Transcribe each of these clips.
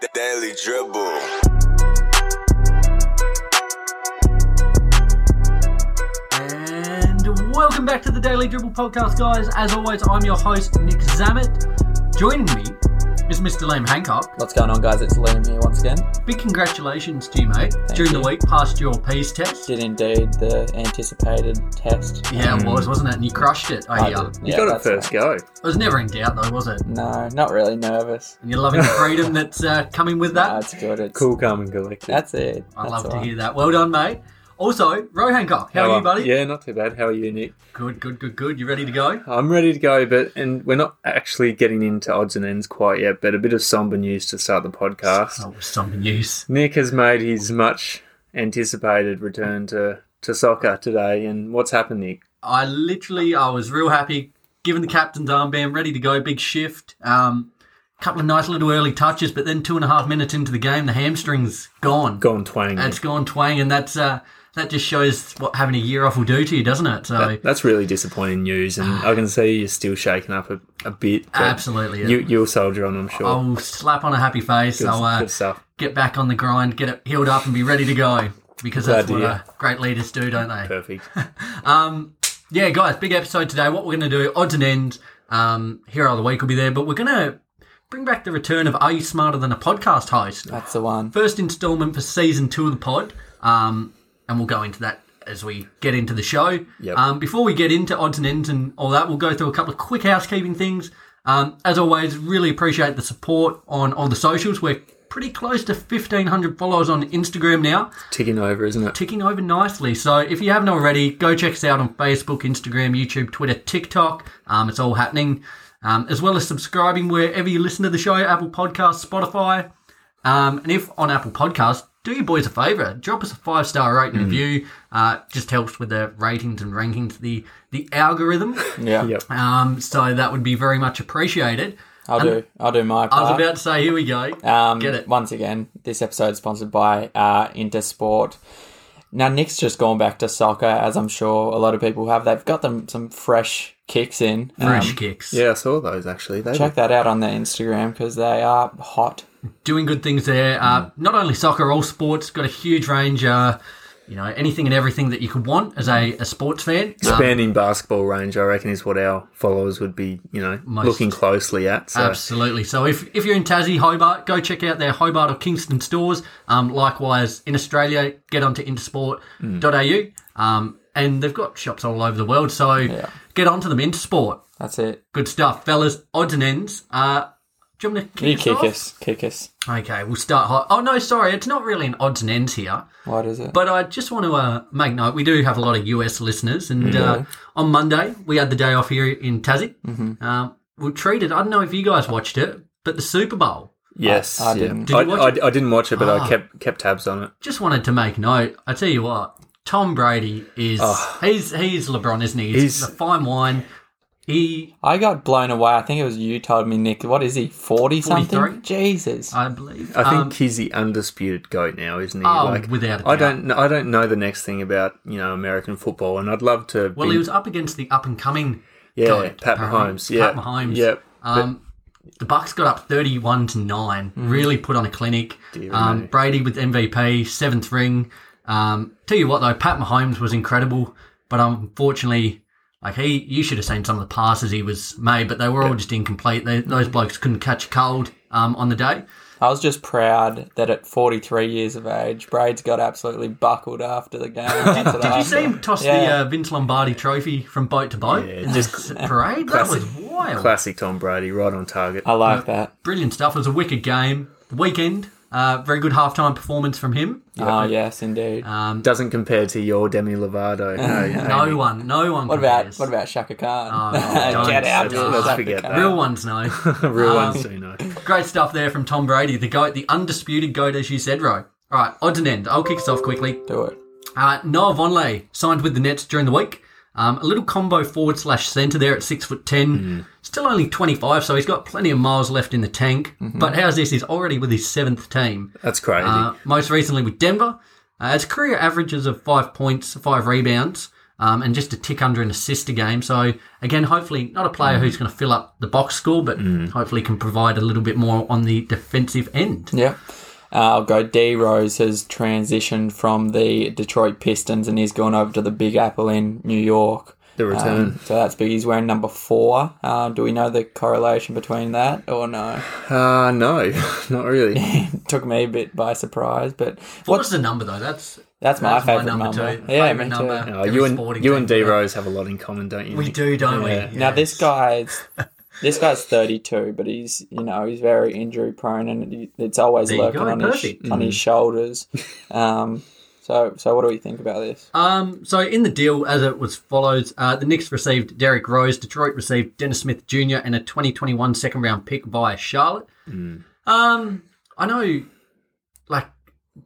The Daily Dribble. And welcome back to the Daily Dribble podcast, guys. As always, I'm your host, Nick Zammit. Joining me is Mr. Liam Hancock. What's going on, guys? It's Liam here once again. Big congratulations to you, mate. During you. the week, passed your P's test. Did indeed the anticipated test. Yeah, it was, wasn't it? And you crushed it, I I hear. did. You Yeah, got it that's first right. go. I was never in doubt, though, was it? No, not really nervous. And you're loving the freedom that's uh, coming with that. That's good. It's, Cool, calm, and collected. That's it. I That's love to all. Oh, hear that. Well done, mate. Also, Ro Hancock, how, are you, buddy? Oh, Yeah, not too bad. How are you, Nick? Good, good, good, good. You ready to go? I'm ready to go, but and we're not actually getting into odds and ends quite yet. But a bit of somber news to start the podcast. Oh, some news. Nick has made his much anticipated return to to soccer today, and what's happened, Nick? I literally, I was real happy, given the captain's armband, ready to go, big shift. Um, couple of nice little early touches, but then two and a half minutes into the game, the hamstring's gone. Gone twang. And It's gone twang, and that's uh, that just shows what having a year off will do to you, doesn't it? So That- That's really disappointing news, and I can see you're still shaken up a, a bit. but Ah. absolutely, You, you'll soldier on, I'm sure. I'll slap on a happy face. good, I'll uh, good stuff. get back on the grind, get it healed up, and be ready to go. Because Glad that's to what hear. uh, great leaders do, don't they? Perfect. Um, yeah, guys, big episode today. What we're going to do, odds and ends, um, Hero of the Week will be there, but we're going to bring back the return of Are You Smarter Than a Podcast host? That's the one. First installment for season two of the pod, um, and we'll go into that as we get into the show. Yep. Um, before we get into odds and ends and all that, we'll go through a couple of quick housekeeping things. Um, as always, really appreciate the support on all the socials. We're pretty close to 1,500 followers on Instagram now Ticking over, isn't it? ticking over nicely. So if you haven't already, go check us out on Facebook, Instagram, YouTube, Twitter, TikTok. Um, it's all happening. Um, as well as subscribing wherever you listen to the show, Apple Podcasts, Spotify. Um, and if on Apple Podcasts, do your boys a favour. Drop us a five star rating review. Uh, just helps with the ratings and rankings, the the algorithm. Yeah, Yep. Um, so that would be very much appreciated. I'll do. I'll do my I was part. about to say, here we go. Uh-huh. um, Get it. Once again, this episode is sponsored by uh, Intersport. Now, Nick's just gone back to soccer, as I'm sure a lot of people have. They've got them some fresh kicks in. Um, Fresh kicks. Yeah, I saw those actually. They check that out on their Instagram because they are hot. doing good things there. Mm. Uh, not only soccer, all sports. Got a huge range. Uh, you know, anything and everything that you could want as a, a sports fan. Um, expanding basketball range, I reckon, is what our followers would be, you know, Most- looking closely at. So Uh, Absolutely. So if, if you're in Tassie, Hobart, go check out their Hobart or Kingston stores. Um, likewise, in Australia, get onto Mm. intersport.au. Um, and they've got shops all over the world. So get onto them, Intersport. That's it. Good stuff, fellas. Odds and ends. Uh, do you want me to kick You us kick off? us. Kick us. Okay, we'll start hot. Oh, no, sorry. It's not really an odds and ends here. What is it? But I just want to uh, make note we do have a lot of US listeners, and uh, on Monday we had the day off here in Tassie. Mm-hmm. Um, we treated. I don't know if you guys watched it, but the Super Bowl. yes, I- I yeah. didn't. Did you watch I, it? I, I didn't watch it, but Ah. I kept kept tabs on it. Just wanted to make note. I tell you what, Tom Brady is he's he's LeBron, isn't he? He's, He's- the fine wine. He, I got blown away. I think it was you told me, Nick. What is he? Forty something? 43? Jesus. I believe. I think um, he's the undisputed goat now, isn't he? Oh, without a I doubt. don't know, I don't know the next thing about you know American football, and I'd love to. well, be, he was up against the up and coming. yeah, guy, Pat apparently. Mahomes. Yeah, Pat Mahomes. Yeah, but Um, the Bucks got up thirty-one to nine. Really put on a clinic. Dear Um, me. Brady with MVP, seventh ring. Um, tell you what though, Pat Mahomes was incredible, but unfortunately, like he, you should have seen some of the passes he was made, but they were all just incomplete. They, those blokes couldn't catch a cold um, on the day. I was just proud that at 43 years of age, Braids got absolutely buckled after the game. Did you see him toss the Um, Yeah. uh, Vince Lombardi trophy from boat to boat? Yeah, just parade. That was wild. classic Tom Brady, right on target. I uh, like that. Brilliant stuff. It was a wicked game. The weekend, uh, very good halftime performance from him. Oh, yes, indeed. Ah, Doesn't compare to your Demi Lovato. No, Um, No one, no one. what about what about Shaka Khan? no, Oh, Get don't out say that. Shaka Let's forget Khan. that. Real ones know. no. real ones Um, do know. Great stuff there from Tom Brady, the goat, the undisputed goat, as you said, Ro. All right, odds and end. I'll kick us off quickly. Do it. Uh, Noah Vonleh signed with the Nets during the week. Um, a little combo forward slash centre there at six foot ten. Still only twenty five, so he's got plenty of miles left in the tank. But how's this? He's already with his seventh team. That's crazy. Uh, most recently with Denver. Uh, his career averages of five points, five rebounds. um, and just a tick under an assist a game. So again, hopefully not a Mm. player who's going to fill up the box score, but hopefully can provide a little bit more on the defensive end. Yeah. Uh, I'll go D Rose has transitioned from the Detroit Pistons and he's gone over to the Big Apple in New York. The Um, return. so that's big. He's wearing number four. Um, do we know the correlation between that or no? um, Uh, no, not really. Took me a bit by surprise, but What what's was the number though? That's That's my favourite number. Yeah, Favourite me too. number. Uh, every you and sporting you team. and D Rose have a lot in common, don't you? We do, don't we? Yeah. Now Yeah. this guy's this guy's 32, but he's you know he's very injury prone and he- it's always There you lurking go, on his, perfect. on his shoulders. Um, so so what do we think about this? Um, so in the deal, as it was follows, uh, the Knicks received Derrick Rose, Detroit received Dennis Smith Jr. and a 2021 second round pick via Charlotte. Um, I know, like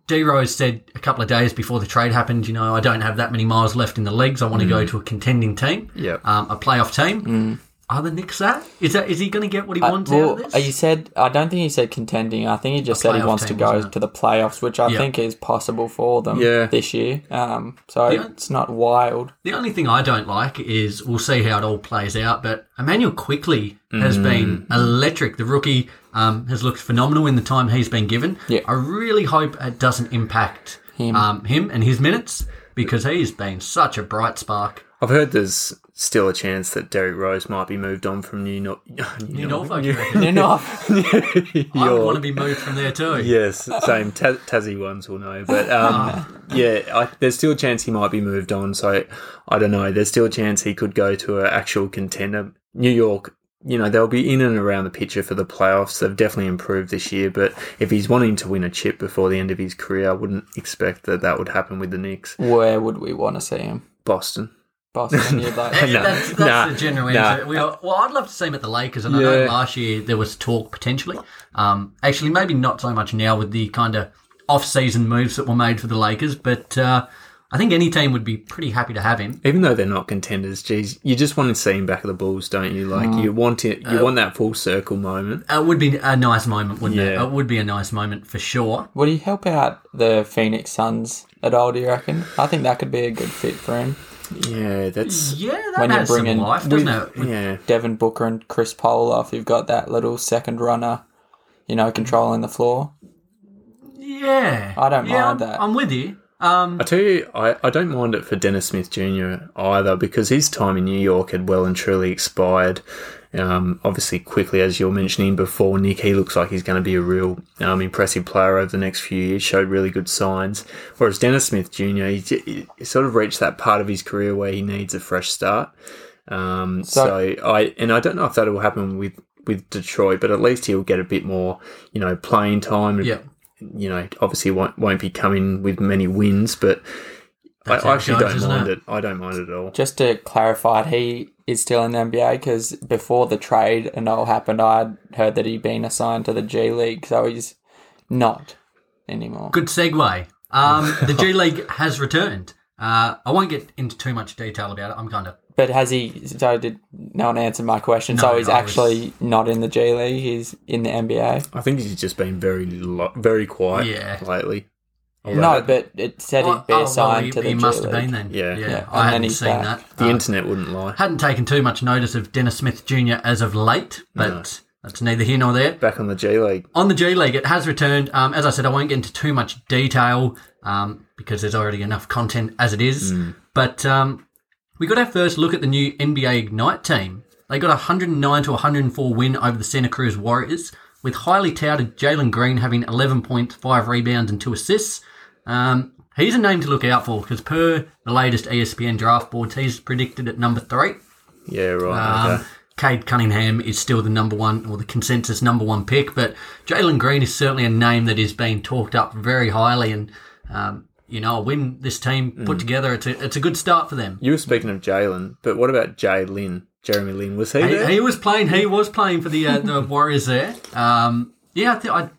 D Rose said a couple of days before the trade happened, you know, I don't have that many miles left in the legs. I want to go to a contending team, Yep. um, a playoff team. Are the Knicks that? Is that is he going to get what he wants out Uh, Well, of this? he said I don't think he said contending. I think he just A said he playoff wants team, to go wasn't it? to the playoffs, which I Yeah. think is possible for them Yeah. this year. Um, so Yeah. it's not wild. The only thing I don't like is we'll see how it all plays out, but Emmanuel quickly has been electric. The rookie um, has looked phenomenal in the time he's been given. Yeah. I really hope it doesn't impact him, um, him and his minutes because he's been such a bright spark. I've heard there's still a chance that Derrick Rose might be moved on from New York. You New know, folk reckon. You know, I would want to York. be moved from there too. Yes, same. Ta- Tassie ones will know, but Ah. um, yeah, I, there's still a chance he might be moved on. So I don't know. There's still a chance he could go to an actual contender. New York, you know, they'll be in and around the picture for the playoffs. They've definitely improved this year, but if he's wanting to win a chip before the end of his career, I wouldn't expect that that would happen with the Knicks. where would we want to see him? Boston. Boston, you'd That- like. No, that's that's nah, the general nah. answer. We are, well, I'd love to see him at the Lakers, and I know Yeah. last year there was talk potentially. Um, actually, maybe not so much now with the kind of off-season moves that were made for the Lakers, but uh, I think any team would be pretty happy to have him. even though they're not contenders, geez, you just want to see him back at the Bulls, don't you? Like you want it, you want that full circle moment. Uh, It would be a nice moment, wouldn't it? Yeah. It would be a nice moment for sure. Would he help out the Phoenix Suns at all? Do you reckon? I think that could be a good fit for him. Yeah, that's Yeah, that When you has bring some in- life, doesn't with- it? With- yeah. Devin Booker and Chris Paul off. You've got that little second runner, you know, controlling the floor. yeah, I don't yeah, mind I'm- that. I'm with you. Um, I tell you, I, I don't mind it for Dennis Smith Jr. either because his time in New York had well and truly expired. Um, obviously, quickly as you were mentioning before, Nick, he looks like he's going to be a real um, impressive player over the next few years. Showed really good signs. Whereas Dennis Smith Jr. He's, he sort of reached that part of his career where he needs a fresh start. Um, so, So- I and I don't know if that will happen with with Detroit, but at least he'll get a bit more, you know, playing time. Yeah. You know, obviously won't won't be coming with many wins, but I, That's how I it actually goes, don't isn't mind it? it? I don't mind it at all. Just to clarify, he is still in the NBA because before the trade and all happened, I'd heard that he'd been assigned to the G League, so he's not anymore. Good segue. Um, the G League has returned. Uh, I won't get into too much detail about it. I'm kind of But has he? So did no one answer my question? so No, he's I was- actually not in the G League. He's in the NBA. I think he's just been very lo- very quiet Yeah. lately. no, Although but it said Oh, he'd be oh, well, assigned he- to the He G must League. have been then. yeah. Yeah. Yeah, and I then hadn't he's seen back. that. the Uh, internet wouldn't lie. hadn't taken too much notice of Dennis Smith Jr. as of late, but that's neither here nor there. Back on the G League, On the G League, it has returned. Um, as I said, I won't get into too much detail um, because there's already enough content as it is. But um, we got our first look at the new NBA Ignite team. They got a 109 to 104 win over the Santa Cruz Warriors, with highly touted Jalen Green having 11 points, 5 rebounds, and 2 assists. Um, he's a name to look out for because, per the latest E ESPN draft boards, he's predicted at number 3. yeah, right. Um, okay. Cade Cunningham is still the number one or the consensus number one pick, but Jalen Green is certainly a name that is being talked up very highly. And um, you know, a win this team put together, it's a it's a good start for them. You were speaking of Jalen, but what about Jay Lynn? Jeremy Lynn was he there? He, he was playing. He was playing for the uh, the Warriors there. Um, yeah, I, th- I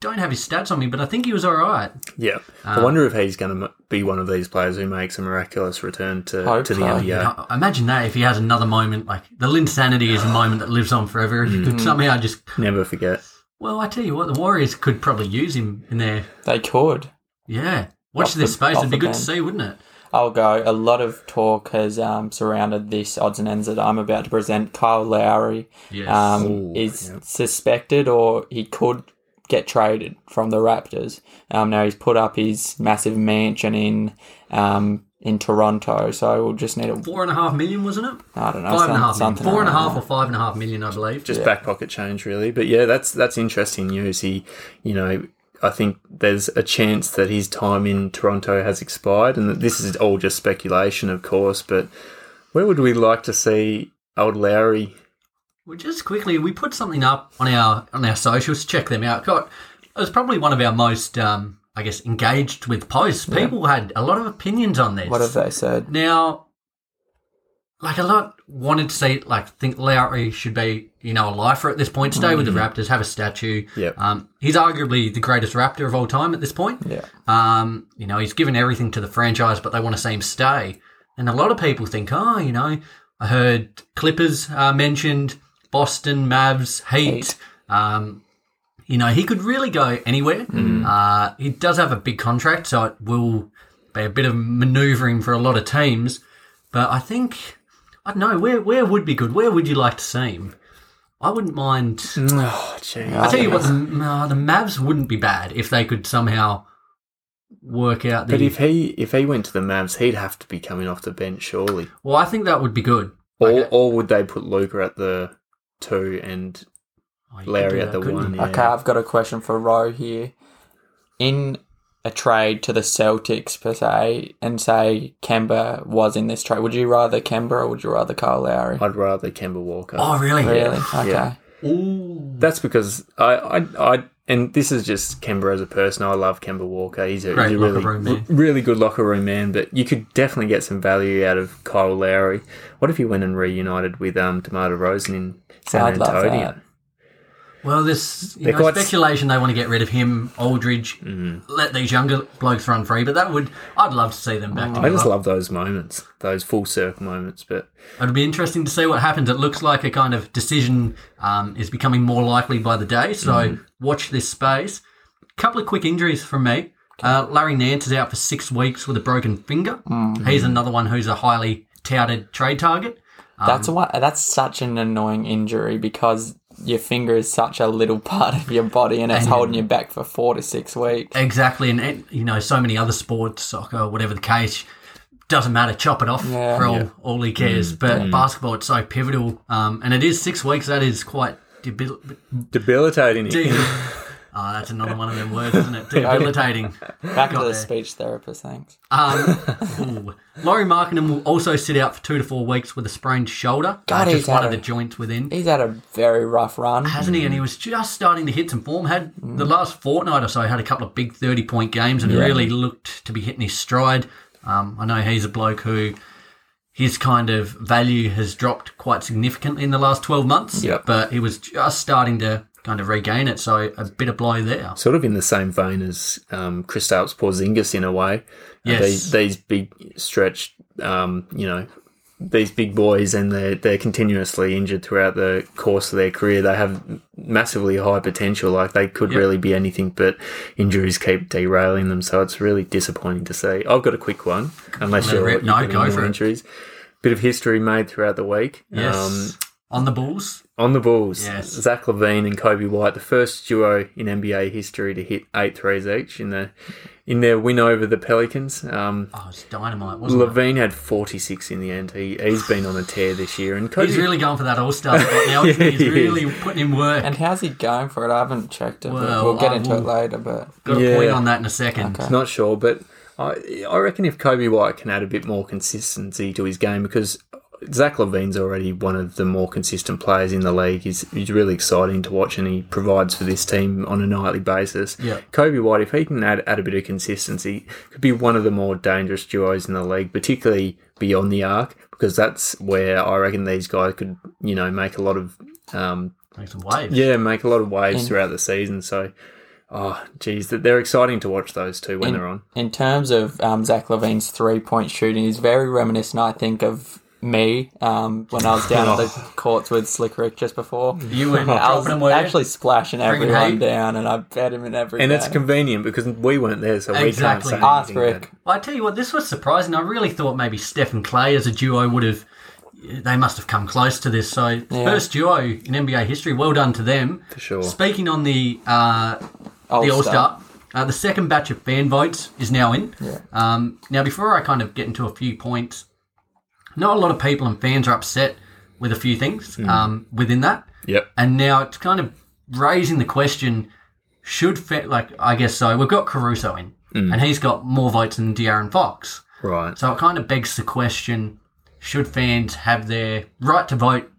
don't have his stats on me, but I think he was all right. Yeah, Um, I wonder if he's going to be one of these players who makes a miraculous return to, to the Hopefully. NBA. I- I imagine that if he has another moment like the Linsanity is a moment that lives on forever. If you could somehow just Never forget. well, I tell you what, the Warriors could probably use him in their They could. Yeah. Watch Off this the- space. off It'd be the good to bench. see, wouldn't it? I'll go. A lot of talk has um, surrounded this odds and ends that I'm about to present. Kyle Lowry Yes. um, Ooh, is yep. suspected or he could get traded from the Raptors. Um, now he's put up his massive mansion in um, in Toronto, so we'll just need a Four and a half million, wasn't it? I don't know Five and a some- half million. something Four and a like half that. or five and a half million, I believe. just back pocket change really but yeah that's that's interesting news he you know i think there's a chance that his time in toronto has expired and that this is all just speculation of course but where would we like to see old lowry Well, just quickly, we put something up on our on our socials. Check them out. Got it was probably one of our most, um, I guess, engaged with posts. People had a lot of opinions on this. What have they said? Now, like a lot wanted to see, like think Lowry should be, you know, a lifer at this point. Stay with the Mm. Raptors, have a statue. Yep. Um, he's arguably the greatest Raptor of all time at this point. Yeah. Um, you know, he's given everything to the franchise, but they want to see him stay. And a lot of people think, oh, you know, I heard Clippers uh, mentioned, Boston, Mavs, Heat. Um, you know, he could really go anywhere. Uh, he does have a big contract, so it will be a bit of manoeuvring for a lot of teams. But I think, I don't know, where, where would be good? Where would you like to see him? I wouldn't mind. oh gee I tell you what, the, uh, the Mavs wouldn't be bad if they could somehow work out the. but if he if he went to the mavs he'd have to be coming off the bench surely well, I think that would be good. or Okay. or would they put luca at the two and Oh, you could do larry that, at the couldn't one you? yeah. Okay, I've got a question for Roe here. In a trade to the Celtics per se, and say Kemba was in this trade, would you rather Kemba or would you rather Kyle Lowry? i'd rather kemba walker Oh, really? Really? Okay. Yeah. Ooh. That's because I, I, I, and this is just Kemba as a person. I love Kemba Walker. He's a, Great he's a locker really, room man. really good locker room man. But you could definitely get some value out of Kyle Lowry. What if he went and reunited with um Demar Derozan in San I'd love Antonio? that. Well, this you They're know, quite- speculation they want to get rid of him, Aldridge, Mm-hmm. let these younger blokes run free. But that would, I'd love to see them back Oh, I together. just love those moments, those full circle moments. But It'd be interesting to see what happens. It looks like a kind of decision um, is becoming more likely by the day. So Mm-hmm. watch this space. Couple of quick injuries from me. Uh, Larry Nance is out for six weeks with a broken finger. Mm-hmm. He's another one who's a highly touted trade target. That's why that's such an annoying injury because your finger is such a little part of your body and it's holding you back for four to six weeks. Exactly, and, and, you know so many other sports, soccer, whatever the case, doesn't matter. Chop it off Yeah. Mm-hmm. for all, all he cares. But basketball, it's so pivotal, um, and it is six weeks. That is quite debil- debilitating. debil- Ah, that's another one of them words, isn't it? Debilitating. Back to Got the there. speech therapist, thanks. Um, ooh. Laurie Markinen will also sit out for two to four weeks with a sprained shoulder, uh, God, just he's one of had the a- joints within. He's had a very rough run. hasn't he? And he was just starting to hit some form. Had Mm. the last fortnight or so had a couple of big thirty point games and really looked to be hitting his stride. Um, I know he's a bloke who his kind of value has dropped quite significantly in the last twelve months. Yep. But he was just starting to kind of regain it, so a bit of blow there. Sort of in the same vein as um, Kristaps Porzingis in a way. Yes. These, these big stretched, um, you know, these big boys and they're, they're continuously injured throughout the course of their career. They have massively high potential. Like they could Yep. really be anything, but injuries keep derailing them. So it's really disappointing to see. I've got a quick one, unless Let it you're rip. you've No, got any go more for it. injuries. Bit of history made throughout the week. Yes. Um, on the Bulls, on the Bulls, Yes. Zach Levine and Kobe White, the first duo in NBA history to hit eight threes each in the in their win over the Pelicans. Um, oh, it's dynamite, wasn't it? Levine had forty six in the end. He he's been on a tear this year, and Kobe He's really going for that All Star spot now. isn't he? Yeah, He's he is. really putting in work. And how's he going for it? I haven't checked it, Well, but we'll get I into it will- later. But Got a Yeah. point on that in a second. Okay. not sure, but I I reckon if Kobe White can add a bit more consistency to his game because. Zach Levine's already one of the more consistent players in the league. He's, he's really exciting to watch and he provides for this team on a nightly basis. Yeah. Kobe White, if he can add, add a bit of consistency, could be one of the more dangerous duos in the league, particularly beyond the arc, because that's where I reckon these guys could, you know, make a lot of, um, Make some waves. yeah, make a lot of waves throughout the season. So, oh, geez, that- they're exciting to watch those two when they're on. in terms of um, Zach Levine's three point shooting, he's very reminiscent, I think, of me um, when I was down at the Oh. courts with Slick Rick just before. You were I was dropping them where actually splashing Bringing everyone hate. down, and I bet him in every. And it's game. convenient because we weren't there, so we can't Exactly. say ask anything Rick. Well, I tell you what, this was surprising. I really thought maybe Steph and Clay as a duo would have. They must have come close to this. So first duo in NBA history. Well done to them. For sure. Speaking on the uh, the All Star. Uh, the second batch of fan votes is now in. Yeah. Um, now, before I kind of get into a few points, not a lot of people and fans are upset with a few things Hmm. um, within that. Yep. And now it's kind of raising the question: Should fa- like I guess so? We've got Caruso in, and he's got more votes than De'Aaron Fox. Right. So it kind of begs the question: Should fans have their right to vote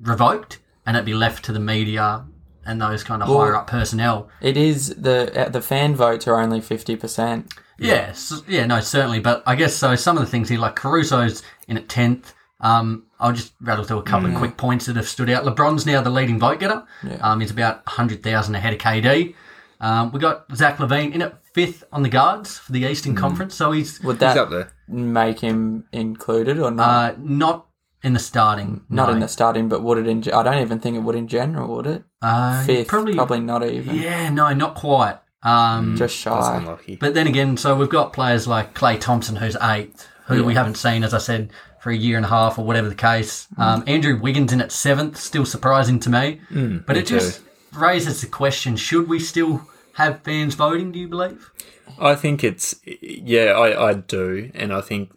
revoked, and it be left to the media and those kind of higher up personnel? It is the uh, the fan votes are only fifty percent. Yes, yeah, no, certainly. But I guess so. Some of the things here, like Caruso's in at tenth. Um, I'll just rattle through a couple of quick points that have stood out. LeBron's now the leading vote getter. Um, he's about hundred thousand ahead of KD. Um, we got Zach Levine in at fifth on the guards for the Eastern Conference. So he's Would He's up that there. make him included or not? uh, not in the starting. not no. in the starting, but would it? In I don't even think it would in general. Would it? uh, Fifth, probably, probably, not even. Yeah, no, not quite. Um, Just That's shy. unlucky. But then again, so we've got players like Clay Thompson, who's eighth, who we haven't seen, as I said, for a year and a half or whatever the case. Um, Andrew Wiggins in at seventh, still surprising to me. Mm, but it just raises the question should we still have fans voting, do you believe? I think it's yeah, I, I do, and I think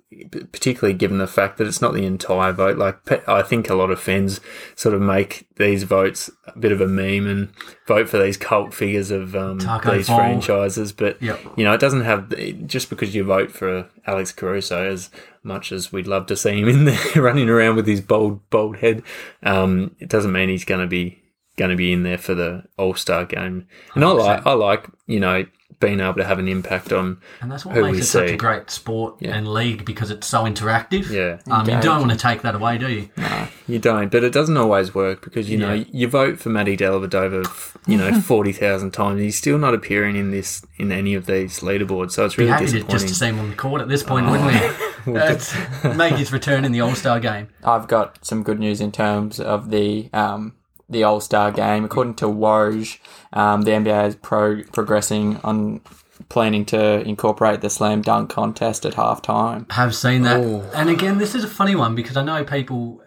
particularly given the fact that it's not the entire vote. Like pe- I think a lot of fans sort of make these votes a bit of a meme and vote for these cult figures of um, Taco these Fall. franchises. But Yep. you know, it doesn't have just because you vote for Alex Caruso as much as we'd love to see him in there running around with his bold bold head. Um, it doesn't mean he's going to be going to be in there for the All Star game. And I like I like you know being able to have an impact on And that's what Who makes we it such see. a great sport Yeah. and league because it's so interactive. yeah. Um, you don't Engaging. want to take that away, do you? You don't, but it doesn't always work because you know Yeah. you vote for Matty Dellavedova, f- you know forty thousand times. He's still not appearing in this in any of these leaderboards, so it's Be really happy to, disappointing. Oh. just to see him on the court at this point, wouldn't we? That's, make his return in the All Star game. I've got some good news in terms of the um, the All Star game. According to Woj, um, the NBA is pro- progressing on planning to incorporate the slam dunk contest at halftime. have seen that. Oh. And again, this is a funny one because I know people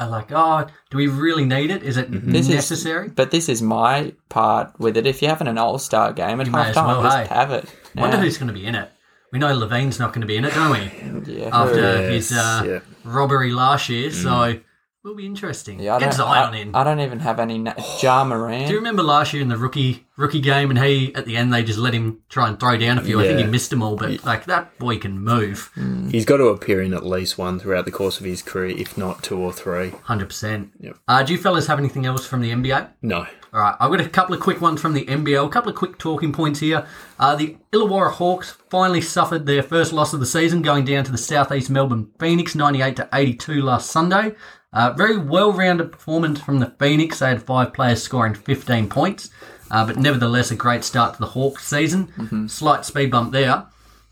are like, "Oh, do we really need it? Is it Mm-hmm. This is- necessary?" But this is my part with it. If you're having an All Star game at may as halftime, well, just hey. have it. Wonder Yeah. who's going to be in it. We know Levine's not going to be in it, don't we? Yeah. After Yes, his uh, yeah. robbery last year, so will be interesting. Mm. Yeah, I Get don't, Zion I, in. I don't even have any na- Ja Moran. do you remember last year in the rookie rookie game, and he at the end they just let him try and throw down a few. I think he Yeah. missed them all, but like that boy can move, Mm. He's got to appear in at least one throughout the course of his career, if not two or three. hundred percent. Yep. Uh, do you fellas have anything else from the NBA? No, All right, I've got a couple of quick ones from the NBL, a couple of quick talking points here. Uh, the Illawarra Hawks finally suffered their first loss of the season, going down to the Southeast Melbourne Phoenix, 98 to 82 last Sunday. Uh, very well-rounded performance from the Phoenix. They had five players scoring 15 points, uh, but nevertheless a great start to the Hawks season. Slight speed bump there.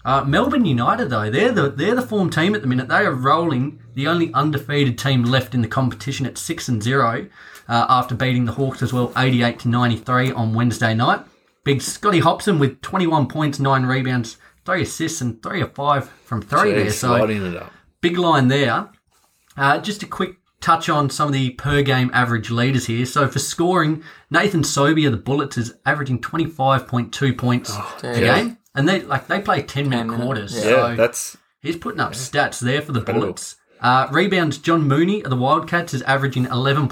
Uh, Melbourne United, though, they're the they're the form team at the minute. They are rolling. The only undefeated team left in the competition at six and zero, uh, after beating the Hawks as well, eighty eight to ninety three on Wednesday night. Big Scotty Hobson with twenty one points, nine rebounds, three assists, and three of five from three. there, he's Oh, so sliding it up. big line there. Uh, just a quick touch on some of the per game average leaders here. So for scoring, Nathan Sobey of the Bullets is averaging twenty five point two points per yeah. game, and they like they play Oh, ten minute quarters. yeah. Yeah, so that's he's putting up stats there for the Bullets. Uh, rebounds, John Mooney of the Wildcats is averaging eleven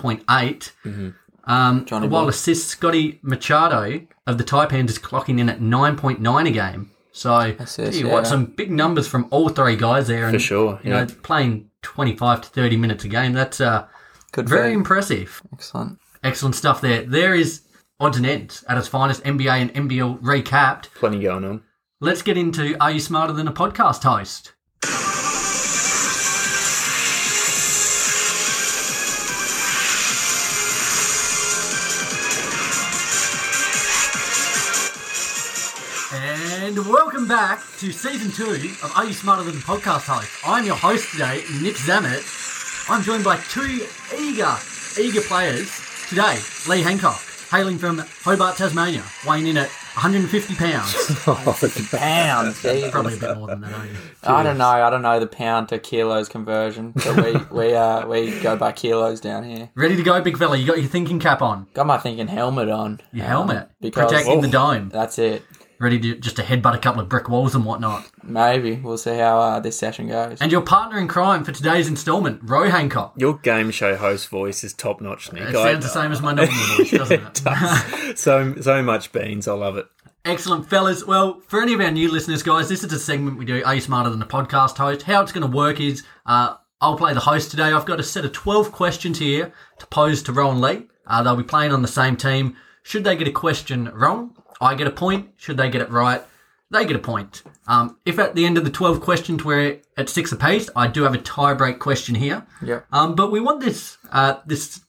Um, Johnny while boy. assists, Scotty Machado of the Taipans is clocking in at nine point nine a game. So Assists, tell you what, yeah. some big numbers from all three guys there, and for sure. you yeah. know, playing 25 to 30 minutes a game. That's uh, Good very vote. impressive. excellent. Excellent stuff there. There is odds and ends at its finest NBA and NBL recapped. plenty going on. Let's get into Are You Smarter Than a Podcast Host? And welcome back to season two of Are You Smarter Than a Podcast Host? I'm your host today, Nick Zammit, I'm joined by two eager, eager players today. Lee Hancock, hailing from Hobart, Tasmania, weighing in at 150 pounds. Pounds. Probably a bit more than that, aren't you? I don't know. I don't know the pound to kilos conversion, but we we uh, we go by kilos down here. Ready to go, big fella. You got your thinking cap on, Got my thinking helmet on. your um, helmet, because protecting the dome. that's it. Ready to just to headbutt a couple of brick walls and whatnot. Maybe we'll see how uh, this session goes. And your partner in crime for today's installment, Ro Hancock. Your game show host voice is top notch, Nick. It I- sounds the same as my normal voice, doesn't it? so so much beans. I love it. Excellent, fellas. Well, for any of our new listeners, guys, this is a segment we do. Are you smarter than a podcast host? How it's going to work is uh, I'll play the host today. I've got a set of 12 questions here to pose to Rowan Lee. Uh, they'll be playing on the same team. Should they get a question wrong, I get a point. Should they get it right, they get a point. Um, if at the end of the 12 questions we're at six apiece, I do have a tie break question here. Yep. Um, but we want this uh, this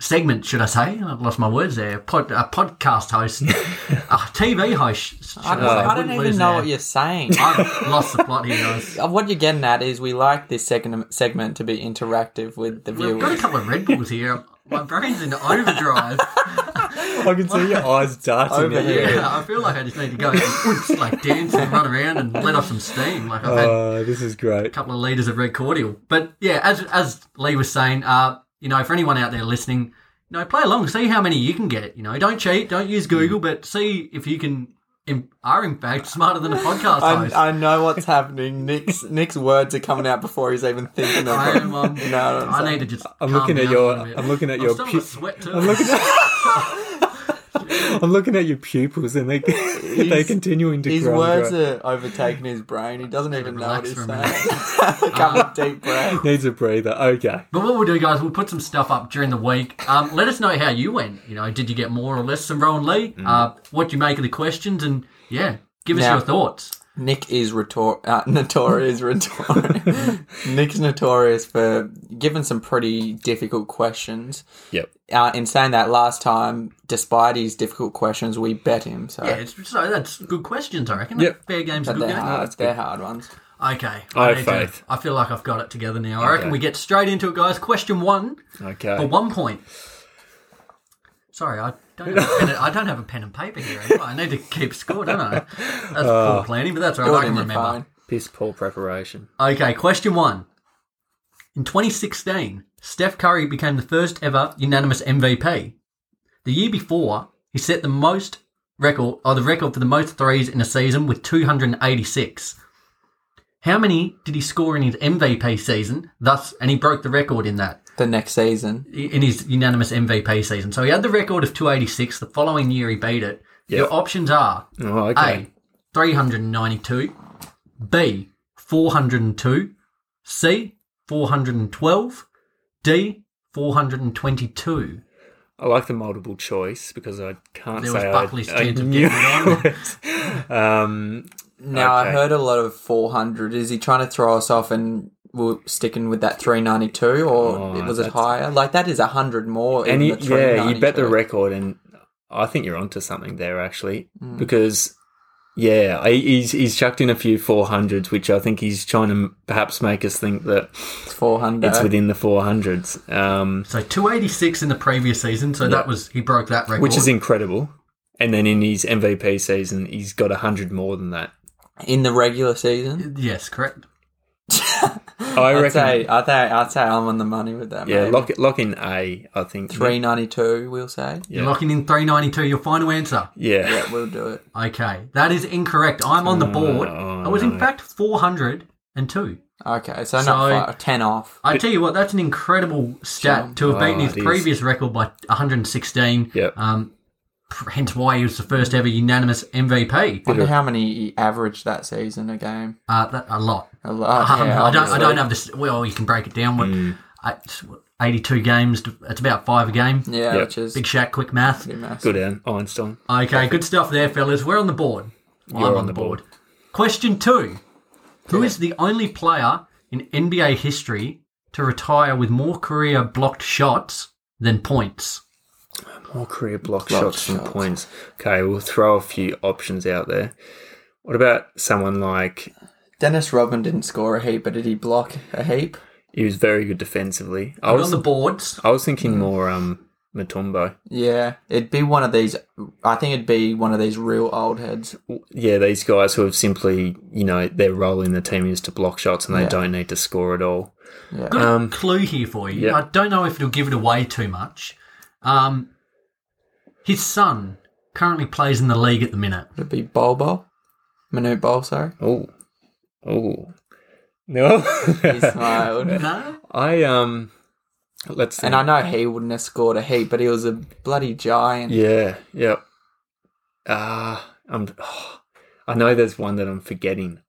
segment, should I say? I've lost my words there. Pod, uh, podcast host, a TV host. should I don't, say. I don't Wouldn't even lose know there. what you're saying. I've lost the plot here, guys. Uh, what you're getting at is we like this segment segment to be interactive with the We've got a viewers. couple of Red Bulls here. My brain's in overdrive. I can see your eyes darting Over at you. here. yeah, I feel like I just need to go and, like dance and run around and let off some steam. Like I've had Oh, this is great. couple of liters of red cordial. But yeah, as as Lee was saying, uh, you know, for anyone out there listening, you know, play along, see how many you can get. You know, don't cheat, don't use Hmm. Google, but see if you can im- are in fact smarter than a podcast host. I, I know what's happening. Nick's Nick's words are coming out before he's even thinking of I it. am, um, You know what I'm I saying? need to just. I'm calm looking at down a your- little bit. I'm looking at I'm your still in pu- a sweat too. I'm looking at. I'm looking at your pupils, and they they His- continuing to His grow. and words grow. are overtaking his brain. He doesn't even know what Relax he's for a Uh-huh. saying. Come with deep breath. Needs a breather. Okay. But what we'll do, guys, we'll put some stuff up during the week. Um, let us know how you went. You know, did you get more or less than Rowan Lee? Hmm. Uh, what you make of the questions, and yeah, give us Now- your thoughts. Nick is retor- uh, notorious. Retor- Nick's notorious for giving some pretty difficult questions. Yep. Uh, in saying that, last time, despite his difficult questions, we bet him. So Yeah, it's, so that's good questions, I reckon. Yep. Fair game's a but good they're game. hard. they're hard ones. Okay. I have need to- faith. I feel like I've got it together now. I reckon Okay. we get straight into it, guys. Question one Okay. for one point. Sorry, I don't have a pen and, I don't have a pen and paper here anymore. I need to keep score, don't I? That's Uh, poor planning, but that's all right. I Jordan, can you're remember. fine. Piss poor preparation. Okay, question one. In 2016, Steph Curry became the first ever unanimous MVP. The year before, he set the most record or the record for the most threes in a season with 286. How many did he score in his MVP season? Thus, and he broke the record in that The next season. in his unanimous MVP season. So he had the record of 286. The following year, he beat it. Yep. Your options are Oh, okay. a, 392. B, 402. C, 412. D, 422. I like the multiple choice because I can't There was say Buckley's I, I chance of knew getting it. um, Now I Okay. heard a lot of 400. Is he trying to throw us off and we're sticking with that 392, or Oh, was it that's- higher? Like that is hundred more. and even you, the yeah, you bet the 392. record, and I think you're onto something there actually Mm. because yeah, I- he's he's chucked in a few four hundreds, which I think he's trying to perhaps make us think that It's 400. it's within the four hundreds, um, So 286 in the previous season. So that was, he broke that record. which is incredible. And then in his MVP season, he's got hundred more than that. in the regular season. Yes, correct. I I'd reckon. say, um, I'd say, I'd say I'm on the money with that. yeah, mate. lock lock in A. I think 392. We'll say. You're locking in 392, your final answer. Yeah, Yeah, we'll do it. Okay, that is incorrect. I'm on the board. oh, I was in no. fact 402. Okay, so, So- not far, ten off. I tell you what, that's an incredible stat to have beaten Oh, his it is. previous record by 116. Yep. Um, pr- hence why he was the first ever unanimous MVP. Wonder how many he averaged that season a game. Uh, that, a lot. A lot. Um, yeah, I don't. I obviously. don't have this. Well, you can break it down. What, Mm. uh, it's, what, 82 games. to- It's about five a game. Yeah, Yeah. which is Big Shaq, quick math. pretty massive. good Ian Einstein. Okay, good stuff there, fellas. We're on the board. Well, You're I'm on the board. Question two Who is the only player in NBA history to retire with more career blocked shots than points? More career block, Block shots than shots. points. Okay, we'll throw a few options out there. What about someone like Dennis Rodman didn't score a heap, but did he block a heap? He was very good defensively. Put I it on was the boards. I was thinking more um Matumbo. Yeah, it'd be one of these. I think it'd be one of these real old heads. Yeah, these guys who have simply, you know, their role in the team is to block shots and they Yeah. don't need to score at all. Yeah. Got Um, a clue here for you. yeah. I don't know if it'll give it away too much. Um, his son currently plays in the league at the minute. Would it be Bol Bol? Manute Bol, sorry. Oh. Oh. No. He smiled. No? I um let's and I know he wouldn't have scored a heap, but he was a bloody giant. Yeah, yep. Ah, I'm I know there's one that I'm forgetting.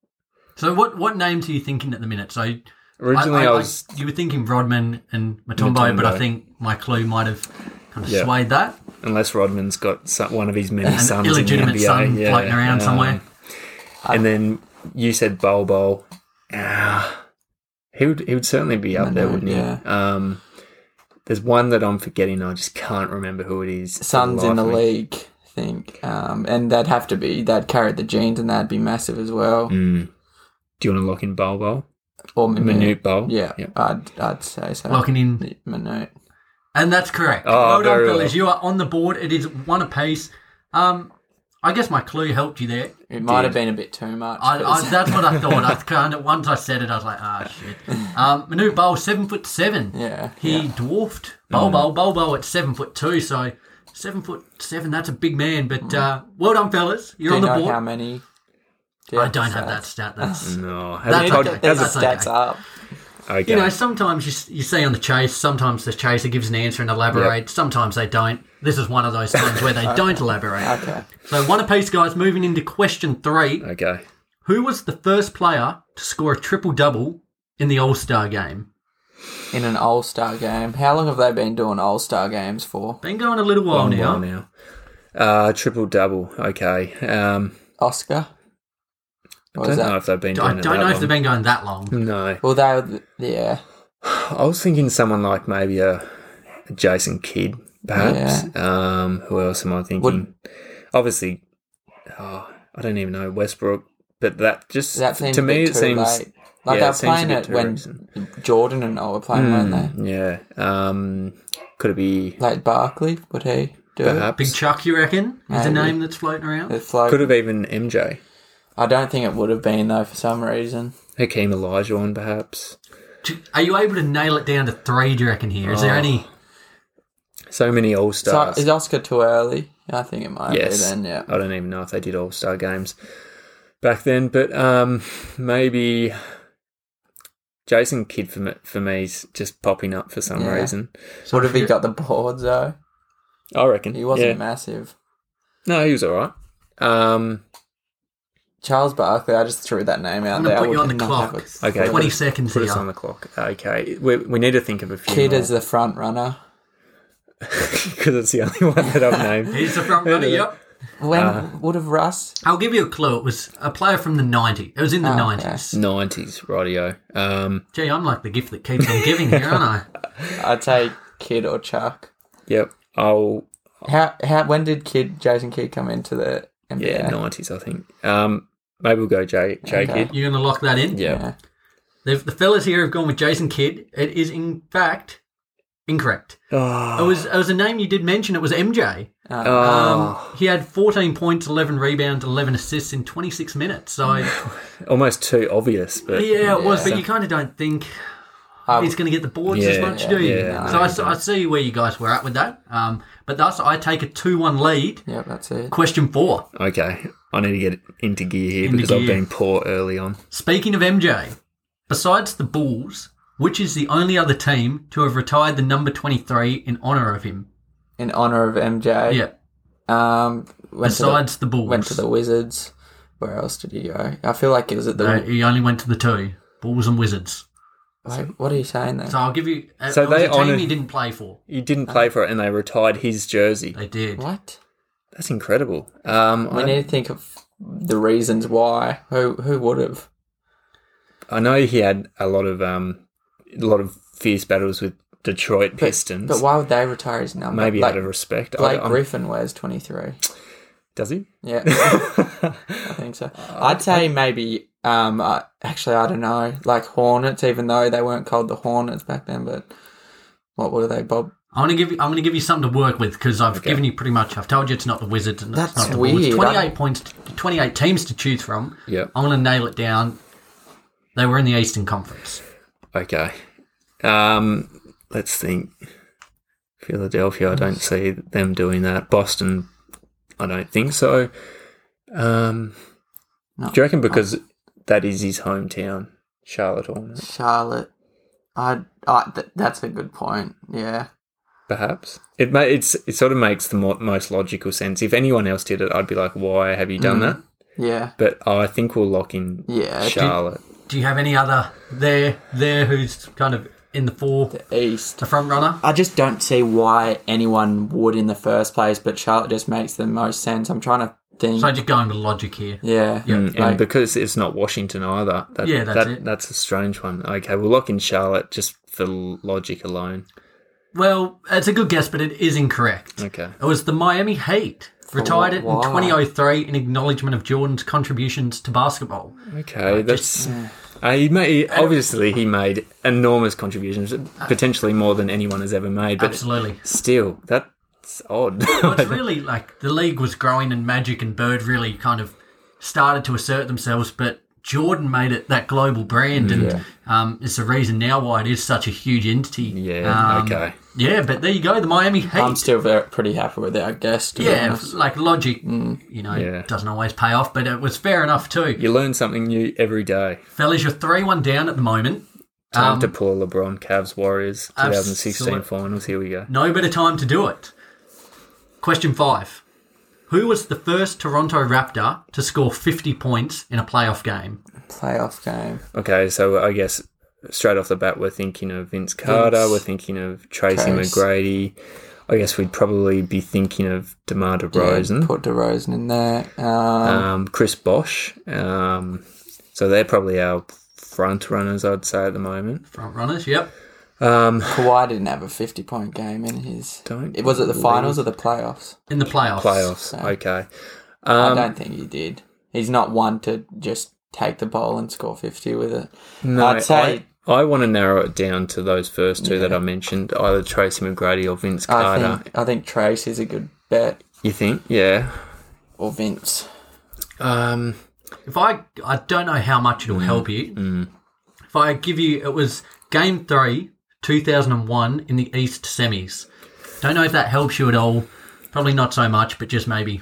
So what what names are you thinking at the minute? So I- Originally I, was you were thinking Rodman and Matumbo, but I Mutombo. think my clue might have kind of Yeah. swayed that. unless Rodman's got some, one of his many An sons in illegitimate the NBA, son yeah, floating around um, somewhere. And then you said Bol Bol. Ah, he would he would certainly be up there, Manute, wouldn't he? yeah. Um, there's one that I'm forgetting. I just can't remember who it is. for Sons life in the of me. league, I think. Um, and that'd have to be, they'd carry the jeans and that'd be massive as well. Mm. Do you want to lock in Bol Bol? Or Manute. Minute Bol. Yeah, Yep. I'd, I'd say so. Locking in. Manute. And that's correct. Oh, well done, very fellas. well. You are on the board. It is one apiece. Um, I guess my clue helped you there. It might have been a bit too much. I, 'cause- I, that's what I thought. I kind of once I said it, I was like, ah, shit. Um, Manu Bowl seven foot seven. Yeah, he yeah. Mm. dwarfed Bowl Bowl Bowl Bowl at seven foot two. So seven foot seven. That's a big man. But Mm. uh, well done, fellas. You're Do you on the know board. how many? I don't have that stat. Mm. That's No, That's haven't okay. told- There's the That's okay. stats up. okay. you know. Sometimes you s- you see on the chase. Sometimes the chaser gives an answer and elaborates. Sometimes they don't. This is one of those times where they don't elaborate. Okay. So one apiece, guys. Moving into question three. okay. Who was the first player to score a triple double in the All Star game? In an All Star game. How long have they been doing All Star games for? Been going a little while One now. more now. Uh, triple double. Okay. Um, Oscar? I What don't was know that? if they've been. Doing I it don't that know if long. they've been going that long. No, Well, they were, th- yeah. I was thinking someone like maybe a Jason Kidd, perhaps. Um, who else am I thinking? Would- Obviously, oh, I don't even know Westbrook, but that just That seems to a bit me too it seems late. Like yeah, they it were seems a playing bit it too when recent. Mm. Jordan and I were playing, weren't Hmm, yeah. Um, could it be they? Like Barkley, would he do it? perhaps? Big Chuck, you reckon, is a Maybe. name that's floating around? It's like, could have even MJ I don't think it would have been though for some reason. Hakeem Olajuwon, perhaps. Do- Are you able to nail it down to three? Do you reckon here? Is there Oh, any? So many All So Stars. is Oscar too early? I think it might Yes. be then. Yeah. I don't even know if they did All Star games back then, but um, maybe Jason Kidd for me, for me is just popping up for some Yeah. reason. Would have he got the boards though? I reckon He wasn't Yeah. massive. No, he was all right. Um, Charles Barkley, I just threw that name out I'm there. gonna put I you on the would not clock. have Okay. Twenty put- seconds put here. us on the clock. Okay, we, we need to think of a a- few. Kidd is the front runner. because it's the only one that I've named. He's the front runner. Yep. When Uh-huh. would have Russ? I'll give you a clue. It was a player from the '90s. It was in the okay. Oh, '90s. Nineties radio. Um, Gee, I'm like the gift that keeps on giving here, aren't I? I'd say Kidd or Chuck. yep. I'll How how when did Kidd Jason Kidd come into the NBA? yeah nineties. I think. Um, maybe we'll go J J Okay. Kidd. You're going to lock that in. Yeah. Yeah. The, the fellas here have gone with Jason Kidd. It is in fact incorrect. Oh, It was it was a name you did mention. It was MJ. Um, Um, oh, he had 14 points, 11 rebounds, 11 assists in 26 minutes. So almost too obvious, but yeah, it was, Yeah. but you kind of don't think I- he's going to get the boards as Yeah, much, do you? yeah, so no, I s I I, see where you guys were at with that. Um, but thus, I take a 2-1 lead. yeah, that's it. Question four. Okay, I need to get into gear here Into because I've gear. been poor early on. Speaking of MJ, besides the Bulls, which is the only other team to have retired the number 23 in honour of him? In honor of MJ. Yeah, Um, went besides to the, the, Bulls. Uh, went to the Wizards. Where else did he go? I feel like it was at the. No, he only went to the two. Bulls and Wizards. wait, what are you saying there? So I'll give you. Uh, So it was they a team honoured- he didn't play for. You didn't play for it, and they retired his jersey. They did. What? That's incredible. Um, We I, need to think of the reasons why. Who who would have? I know he had a lot of um, a lot of fierce battles with Detroit Pistons. But why would they retire his number? maybe like, out of respect. I- Blake I'm- Griffin wears twenty three. does he? Yeah, I think so. I'd say maybe Um, I, actually, I don't know. Like Hornets, even though they weren't called the Hornets back then, but what were they, Bob? I'm gonna give you. I'm gonna give you something to work with because I've Okay. given you pretty much. I've told you it's not the Wizards and That's it's not the Bulls. weird. Twenty I- eight points, twenty eight teams to choose from. Yep. I want to nail it down. They were in the Eastern Conference. Okay. Um, let's think. Philadelphia, I don't see them doing that. Boston, I don't think so. Um, No. do you reckon because that is his hometown, Charlotte Hornets, Charlotte. I, I th- that's a good point. Yeah. perhaps? It ma- it's it sort of makes the mo- most logical sense. If anyone else did it, I'd be like, why have you Mm. done that? Yeah. But I think we'll lock in Yeah. Charlotte. Do you have any other there there who's kind of in the four, East. the front runner? I just don't see why anyone would in the first place, but Charlotte just makes the most sense. I'm trying to think. So just going with logic here. yeah. Yeah. And Like- because it's not Washington either, that, Yeah, that's that, it. that's a strange one. Okay, we'll lock in Charlotte just for l- logic alone. Well, it's a good guess, but it is incorrect. Okay. It was the Miami Heat. Retired it in why? 2003 in acknowledgement of Jordan's contributions to basketball. Okay, that's. Uh, he made, he- obviously, he made enormous contributions, Uh, potentially more than anyone has ever made. But Absolutely. still, that's odd. But it's really like the league was growing and Magic and Bird really kind of started to assert themselves, but Jordan made it that global brand, and um, it's the reason now why it is such a huge entity. yeah. Um, okay. Yeah, but there you go, the Miami Heat. I'm still very, pretty happy with it, I guess. To be yeah, honest. like logic, you know, Mm. Yeah. doesn't always pay off, but it was fair enough too. You learn something new every day. Fellas, you're 3 1 down at the moment. Time Um, to pull a LeBron Cavs Warriors 2016 Absolute- finals. Here we go. No better time to do it. Question five Who was the first Toronto Raptor to score 50 points in a playoff game? Playoff game. Okay, so I guess straight off the bat, we're thinking of Vince Carter, Vince. we're thinking of Tracy Trace. McGrady. I guess we'd probably be thinking of DeMar DeRozan, Put DeRozan in there. Um, um, Chris Bosch. Um, so they're probably our front runners, I'd say, at the moment. Front runners, yep. Kawhi didn't have a 50 point game in his. Don't It was it the finals or the playoffs? In the playoffs. Playoffs, okay. Um, I don't think he did. He's not one to just take the ball and score 50 with it. No, I'd say I, I want to narrow it down to those first two that I mentioned, either Tracy McGrady or Vince I, Carter. think I think Trace is a good bet You think? Yeah. or Vince. Um, If I, I don't know how much Mm. it'll help you. If I give you, it was game three, 2001, in the East semis. Don't know if that helps you at all. Probably not so much, but just maybe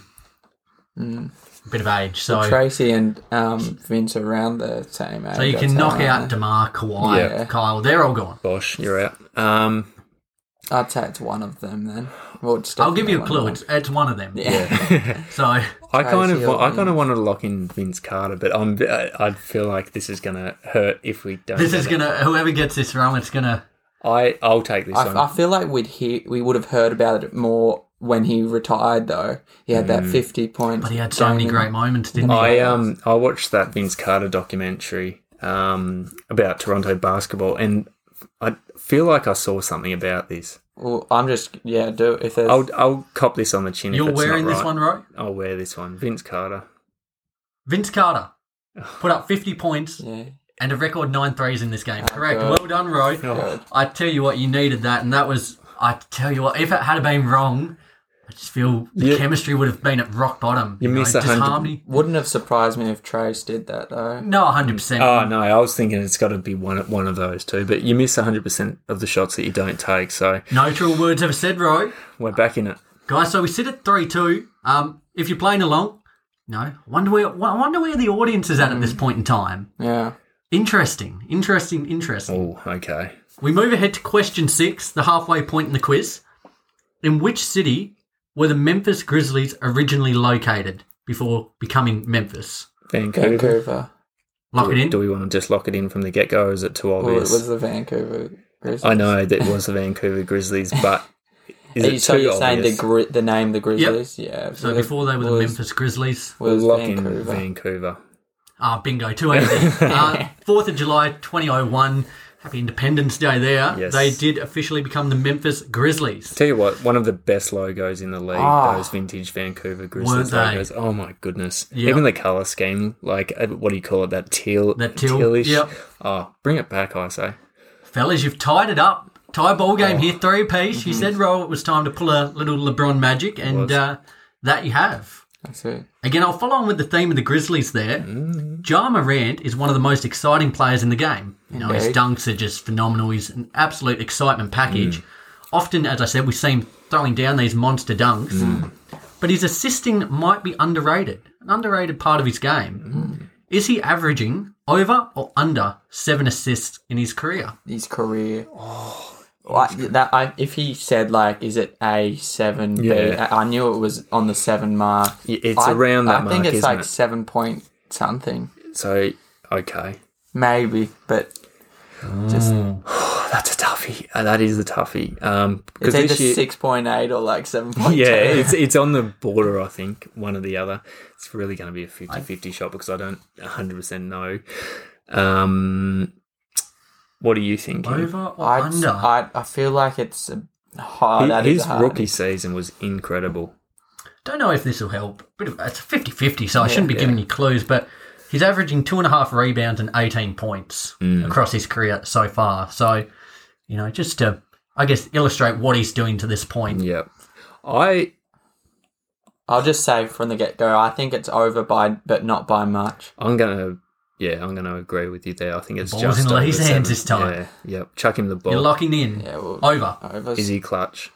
Mm. a bit of age. So, Tracy and um, Vince are around the same age. so you I'd can say, knock aren't out DeMar, Kawhi, Yeah. Kyle. They're all gone. Bosch, you're out. Um, they? I'd say it's one of them then. Well, it's I'll give you a definitely clue. one of It's, it's one of them. them. So I kind of, Tracy or I kind of wanted to lock in Vince Carter, but I'm, I, I feel like this is gonna hurt if we don't. this get is it. gonna. Whoever gets this wrong, it's gonna. I, I'll take this one. I, I feel like we'd hear, we would have heard about it more when he retired, though. He had that 50 point. Mm. But he had so many great moments, didn't he? I um, I watched that Vince Carter documentary um about Toronto basketball, and I feel like I saw something about this. Well, I'm just, yeah, do if there's. I'll, I'll cop this on the chin. if You're it's not wearing this right. one, right? I'll wear this one, Vince Carter. Vince Carter put up 50 points yeah. and a record nine threes in this game. Correct. God. Well done, Roy. Oh, God. I tell you what, you needed that, and that was. I tell you what, if it had been wrong, I just feel the You- chemistry would have been at rock bottom. You miss a hundred- disharmony. Wouldn't have surprised me if Trace did that, though. No, 100. percent Oh no, I was thinking it's got to be one one of those two, but you miss hundred percent of the shots that you don't take, so No true words ever said, Roy. we're back in it. guys. So we sit at three two. Um, if you're playing along, no. Wonder where I wonder where the audience is at at Mm. this point in time. Yeah. Interesting, interesting, interesting. Oh, okay. We move ahead to question six, the halfway point in the quiz. In which city were the Memphis Grizzlies originally located before becoming Memphis? Vancouver. Vancouver. Lock it in. Do we want to just lock it in from the get go, or is it too Well, it obvious? was the Vancouver Grizzlies. I know that it was the Vancouver Grizzlies, but is Are you, it too so you're saying the, obvious? gri- the name the Grizzlies? Yeah. so before they were the Memphis Grizzlies. was lock in Vancouver. Vancouver. Ah, bingo, too easy. uh, 4th of July, 2001. Happy Independence Day there. Yes. They did officially become the Memphis Grizzlies. Tell you what, one of the best logos in the league, Ah. those vintage Vancouver Grizzlies Weren't they? logos. Oh my goodness. Yep. Even the colour scheme, like, uh, what do you call it? That teal. That teal, Tealish. yep. Oh, bring it back, I say. Fellas, you've tied it up. Tie ball Oh. game here, three piece. You said, Roll, it was time to pull a little LeBron magic, and Mm-hmm. was. uh, that you have. That's it. Again, I'll follow on with the theme of the Grizzlies there. Mm. Ja Morant is one of the most exciting players in the game. You know, his Indeed. dunks are just phenomenal. He's an absolute excitement package. Mm. Often, as I said, we see him throwing down these monster dunks, Mm. but his assisting might be underrated, an underrated part of his game. Mm. Is he averaging over or under seven assists in his career? His career. Oh, Like that, I, if he said like, is it A seven B? Yeah. I I knew it was on the seven mark. Y- it's I- around that I think mark, it's isn't like it? seven point something, So, okay. maybe. But just Oh, that's a toughie. Uh, that is a toughie. Um, it's 'cause either this year- six point eight or like seven point two. Yeah, it's it's on the border, I think, one or the other. It's really going to be a 50 50 shot because I don't 100% know. Um, what do you think? Over or I'd- under? I, I feel like it's a hard. that is His a hard. rookie season was incredible. don't know if this will help. Bit of, it's 50 50, so I shouldn't be yeah. giving you clues, but he's averaging two and a half rebounds and 18 points Mm. across his career so far. So, you know, just to, I guess, illustrate what he's doing to this point. Yeah. I I'll just say from the get go, I think it's over by, but not by much. I'm gonna yeah, I'm gonna agree with you there. I think it's Ball's just in over Lee's seven. hands this time. Yeah, yep. Chuck him the ball. You're locking in. Yeah, well, Over. Over. Is he clutch?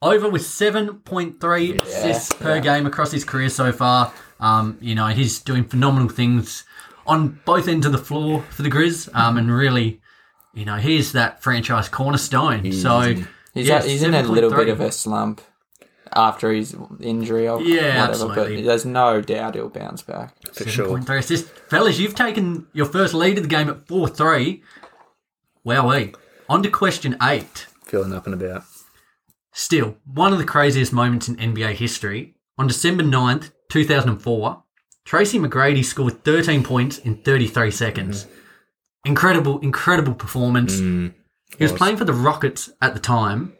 Over with 7.3 assists per game across his career so far. Um, you know, he's doing phenomenal things on both ends of the floor for the Grizz. Um, and really, you know, he's that franchise cornerstone. Mm. so He's, yeah, he's in a little 7.3. bit of a slump after his injury or Yeah, whatever, absolutely. Uh, but there's no doubt he'll bounce back. For sure. Point three assists. Fellas, you've taken your first lead of the game at 4 3. Wowee. eh? On to question eight. Feeling up and about. Still, one of the craziest moments in NBA history. On December 9th, 2004, Tracy McGrady scored 13 points in 33 seconds. Mm-hmm. Incredible, incredible performance. Mm, he was, playing for the Rockets at the time.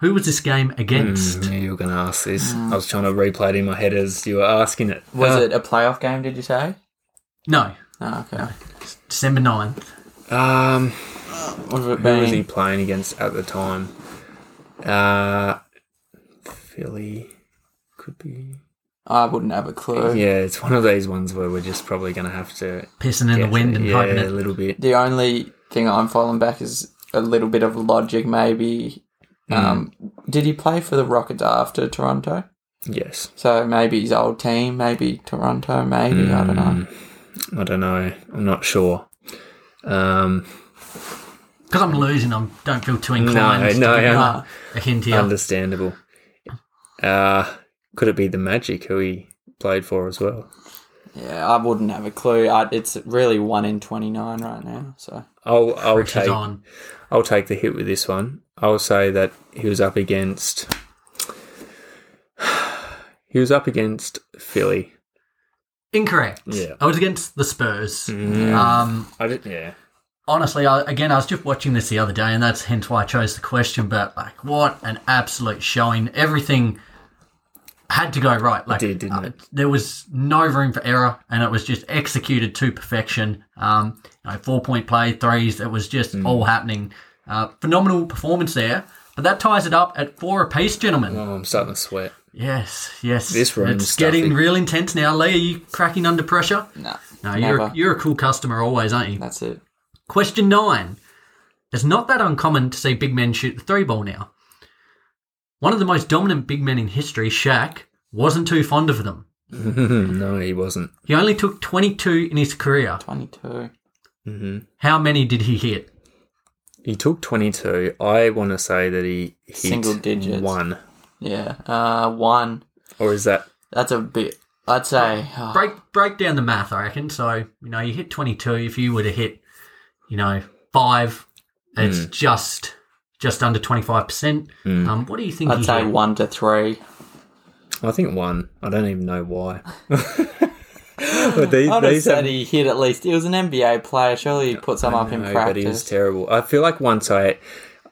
Who was this game against? Mm, you were gonna ask this. Mm. I was trying to replay it in my head as you were asking it. Was Uh, it a playoff game, did you say? No, Oh, okay. December 9th. Um What have it who was he been? playing against at the time? Uh Philly could be I wouldn't have a clue. Yeah, it's one of those ones where we're just probably gonna have to Pissing in the wind and yeah, hoping it a little bit. The only thing I'm following back is a little bit of logic, maybe. Hmm. Um, did he play for the Rockets after Toronto? Yes. So maybe his old team, maybe Toronto, maybe I don't know. Hmm. I don't know. I'm not sure. Um, Because I'm losing, I don't feel too inclined No, to no, give you yeah. a- a hint here. Understandable. Uh, could it be the Magic who he played for as well? Yeah, I wouldn't have a clue. I, it's really one in twenty nine right now. So I'll I'll Pressure's take on. I'll take the hit with this one. I'll say that he was up against he was up against Philly. Incorrect. Yeah. Mm. I was against the Spurs. Um, I didn't. Yeah. honestly, I, again, I was just watching this the other day, and that's hence why I chose the question. But like, what an absolute showing! Everything had to go right. Like, uh, did, didn't it? there was no room for error, and it was just executed to perfection. Um, you know, four point play, threes. It was just Mm. all happening. Uh, phenomenal performance there. But that ties it up at four apiece, gentlemen. Oh, I'm starting to sweat. Yes, yes. This room's It's getting stuffy. real intense now. Lee, are you cracking under pressure? no, No, never. you're a, you're a cool customer always, aren't you? That's it. Question nine. It's not that uncommon to see big men shoot the three ball now. One of the most dominant big men in history, Shaq, wasn't too fond of them. Hmm, no, he wasn't. He only took 22 in his career. Twenty two. How many did he hit? He took 22. I want to say that he hit Single digits. one, Yeah, uh, one. or is that That's a bit. I'd say. oh, Break break down the math, I reckon. So, you know, you hit 22. If you were to hit, you know, five, it's Hmm. just just under 25%. Um, what do you think he I'd say hit? one to three. I think one. I don't even know why. But these, I would have these said have, he hit at least. He was an NBA player. Surely he put some up in no, but he was practice. terrible. I feel like once I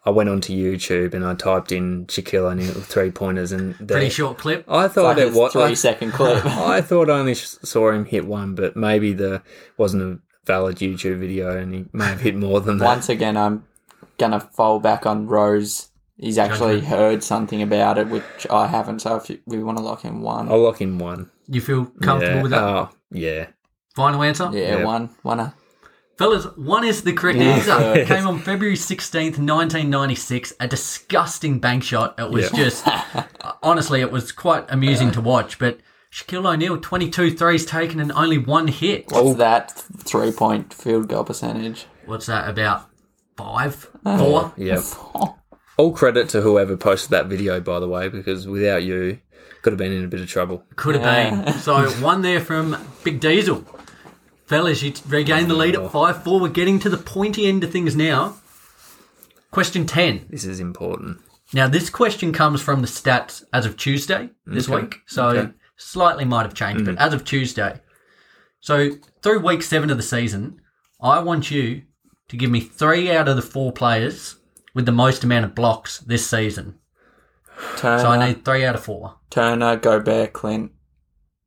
I went onto YouTube and I typed in Shaquille O'Neal three pointers and they- Pretty short clip. I thought Like it was three second clip. I thought I only s- saw him hit one, but maybe the wasn't a valid YouTube video, and he may have hit more than that. Once again, I'm gonna fall back on Rose. He's actually heard something about it, which I haven't. So if you- we want to lock in one, I'll lock in one. You feel comfortable yeah. with that? Oh, yeah. Final answer? yeah, yeah. one, one. uh, Fellas, one is the correct Yeah. answer. Yeah. It Came on February 16th, 1996. A disgusting bank shot. It was Yeah. just, honestly, it was quite amusing to watch. But Shaquille O'Neal, 22 threes taken and only one hit. Oh. What's that three point field goal percentage? What's that, about five? Oh, Four? Yeah. All credit to whoever posted that video, by the way, because without you, could have been in a bit of trouble. Could have been. So one there from Big Diesel. Fellas, you regain the lead at 5 4. We're getting to the pointy end of things now. Question 10. This is important. Now, this question comes from the stats as of Tuesday this Okay. week, so Okay. Mm. slightly might have changed, but as of Tuesday. So, through week seven of the season, I want you to give me three out of the four players with the most amount of blocks this season. Turner, So, Uh-huh. I need three out of four. Turner, Gobert, Clint.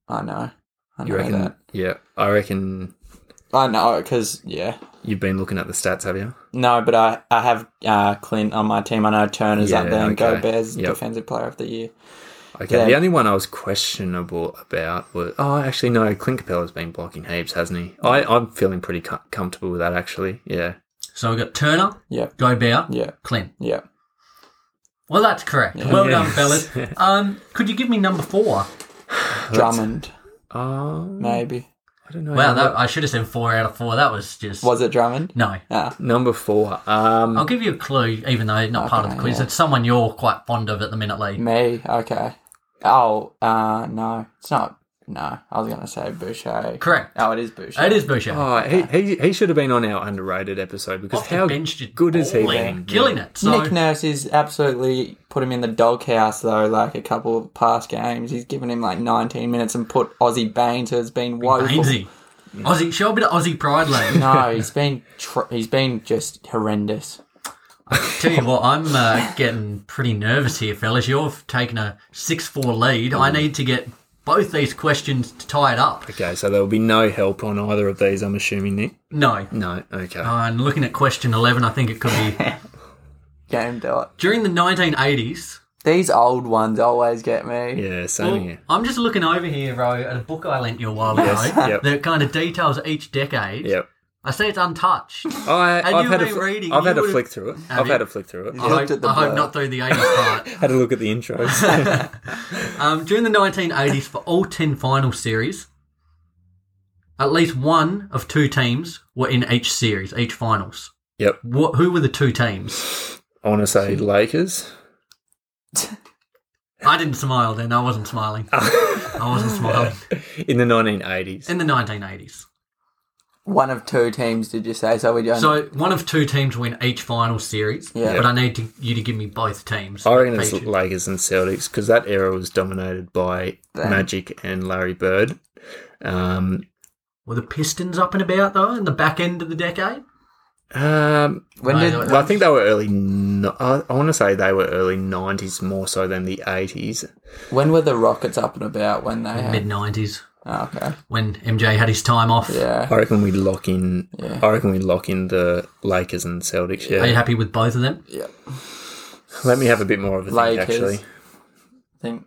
I know. I know You reckon? that. Yeah, I reckon I know because yeah, you've been looking at the stats, have you? no, but I I have uh, Clint on my team. I know Turner's up Yeah, there and okay. Gobert's Yep. defensive player of the year. Okay. Yeah. The only one I was questionable about was oh, actually no, Clint Capella's been blocking heaps, hasn't he? I I'm feeling pretty com- comfortable with that actually. Yeah. So, we've got Turner, Yep, Gobert, yep, Clint. yep. Well, that's correct. Well done, Yes. fellas. Um, could you give me number four? Drummond, Um, maybe. I don't know. Wow, number, that, I should have said four out of four. That was just. Was it Drummond? no. Ah, number four. Um, I'll give you a clue, even though it's not part of the Okay, quiz. yeah. It's someone you're quite fond of at the minute, Lee. me. Okay. Oh, uh, no, it's not. No, I was gonna say Boucher. Correct. Oh, it is Boucher. It is Boucher. oh, he, he he should have been on our underrated episode because Off the how bench, just good is he balling, been? Killing it. So, Nick Nurse is absolutely put him in the doghouse though. Like a couple of past games, he's given him like 19 minutes and put Aussie Baines, who's been woeful. Hainsey. Aussie, show a bit of Aussie pride, Lee. No, he's been tr- he's been just horrendous. Tell you what, I'm uh, getting pretty nervous here, fellas. You've taken a 6 4 lead. I need to get both these questions to tie it up. Okay, so there will be no help on either of these. I'm assuming Nick. No. No. Okay. And looking at question 11, I think it could be. Game dot. During the 1980s, These old ones always get me. Oh, yeah. Same Well, here. I'm just looking over here, Ro, at a book I lent you a while ago yep. that kind of details each decade. Yep. I say it's untouched. I, Had I've you had a been fl- reading, I've had you a would've- flick through it. Have I've you? had a flick through it. I hope, looked at the I hope blurb. not through the 80s part. Had a look at the intros. Um, during the 1980s, for all 10 final series, at least one of two teams were in each series, each finals. yep. What, who were the two teams? I want to say Lakers. I didn't smile then. I wasn't smiling. I wasn't smiling. in the 1980s. In the 1980s. One of two teams, did you say? So we don't. So one of two teams win each final series. Yeah. But I need to, you to give me both teams. I reckon it's Featured. Lakers and Celtics because that era was dominated by Damn. Magic and Larry Bird. Um, Were the Pistons up and about, though, in the back end of the decade? um, when No, did no, no. I think they were early. No- I, I want to say they were early 90s more so than the 80s. when were the Rockets up and about? When they had, Mid 90s, oh, okay, when MJ had his time off. yeah, I reckon we lock in. Yeah. I reckon we lock in the Lakers and Celtics. Yeah, Are you happy with both of them? yeah. let me have a bit more of a think. Lakers. Actually, I think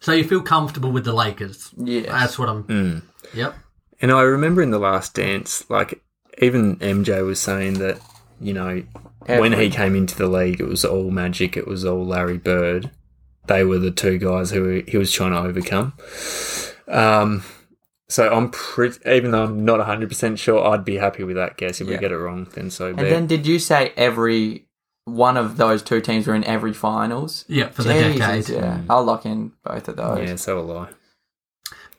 So you feel comfortable with the Lakers? yeah. That's what I'm. Yep. And I remember in The Last Dance, like, even MJ was saying that, you know, when he came into the league, it was all magic, it was all Larry Bird. They were the two guys who he was trying to overcome. Um, so I'm pretty, even though I'm not 100% sure, I'd be happy with that guess. If Yeah. we get it wrong, then so be And it. then did you say every one of those two teams were in every finals? Yeah, for the Jesus, decade. yeah. I'll lock in both of those. Mm. Yeah, so will I.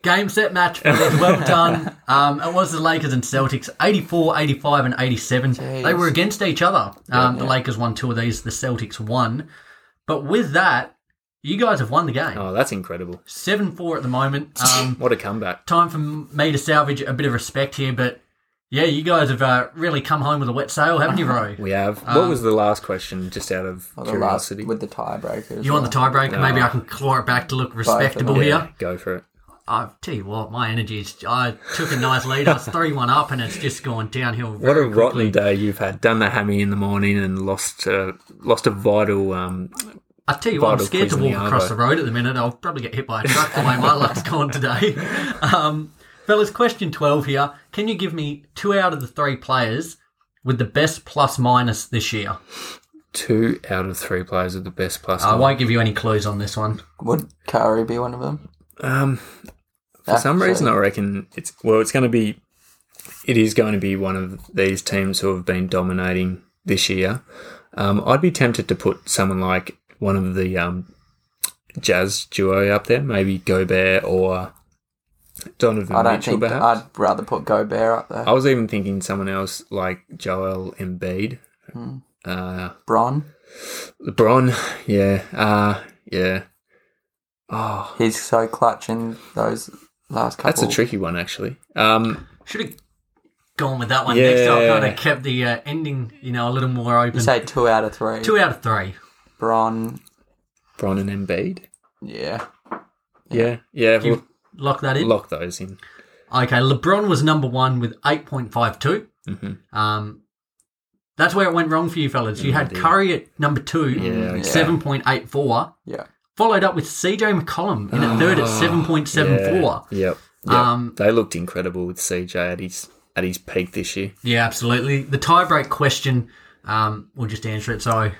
Game, set, match. fellas. Well done. Um, it was the Lakers and Celtics, 84, 85, and 87. They were against each other. Um, The Lakers won two of these, the Celtics won. But with that, You guys have won the game. Oh, that's incredible. 7 4 at the moment. Um, What a comeback. time for me to salvage a bit of respect here, but yeah, you guys have uh, really come home with a wet sail, haven't you, Ro? We have. what was the last question, just out of Well, Um, the last curiosity? with the tiebreaker. as You want the well. tiebreaker? Maybe I can claw it back to look respectable them, here. Go for it. I tell you what, my energy is. I took a nice lead. I was three one up, and it's just gone downhill. What a very quickly. rotten day you've had. Done the hammy in the morning and lost uh, lost a vital. Um, I tell you what, I'm vital scared to quiz in walk the across arvo. the road at the minute. I'll probably get hit by a truck the way my luck's gone today. Um, fellas, question twelve here. Can you give me two out of the three players with the best plus minus this year? two out of three players with the best plus. I nine. won't give you any clues on this one. Would Kari be one of them? Um, for Ah, some sorry. reason, I reckon it's well. It's going to be. It is going to be one of these teams who have been dominating this year. Um, I'd be tempted to put someone like one of the um, Jazz duo up there, maybe Gobert or Donovan I don't Mitchell. think. perhaps I'd rather put Gobert up there. I was even thinking someone else like Joel Embiid, uh, Bron, LeBron. Yeah, uh, yeah. Oh, he's so clutch in those last couple. that's a tricky one actually. Um, Should have gone with that one next. I Yeah. kind of kept the uh, ending, you know, a little more open. You say two out of three. two out of three. Bron, Bron and Embiid. yeah. Yeah, yeah. You lock that in. We'll lock those in. Okay, LeBron was number one with 8.52. Mm-hmm. Um, that's where it went wrong for you fellas. You had Curry at number two, Mm, okay. 7.84, Yeah. followed up with CJ McCollum in at third at 7.74. Ah, Yeah. Yep. yep. Um, they looked incredible with CJ at his at his peak this year. Yeah, absolutely. The tiebreak question, um, we'll just answer it so I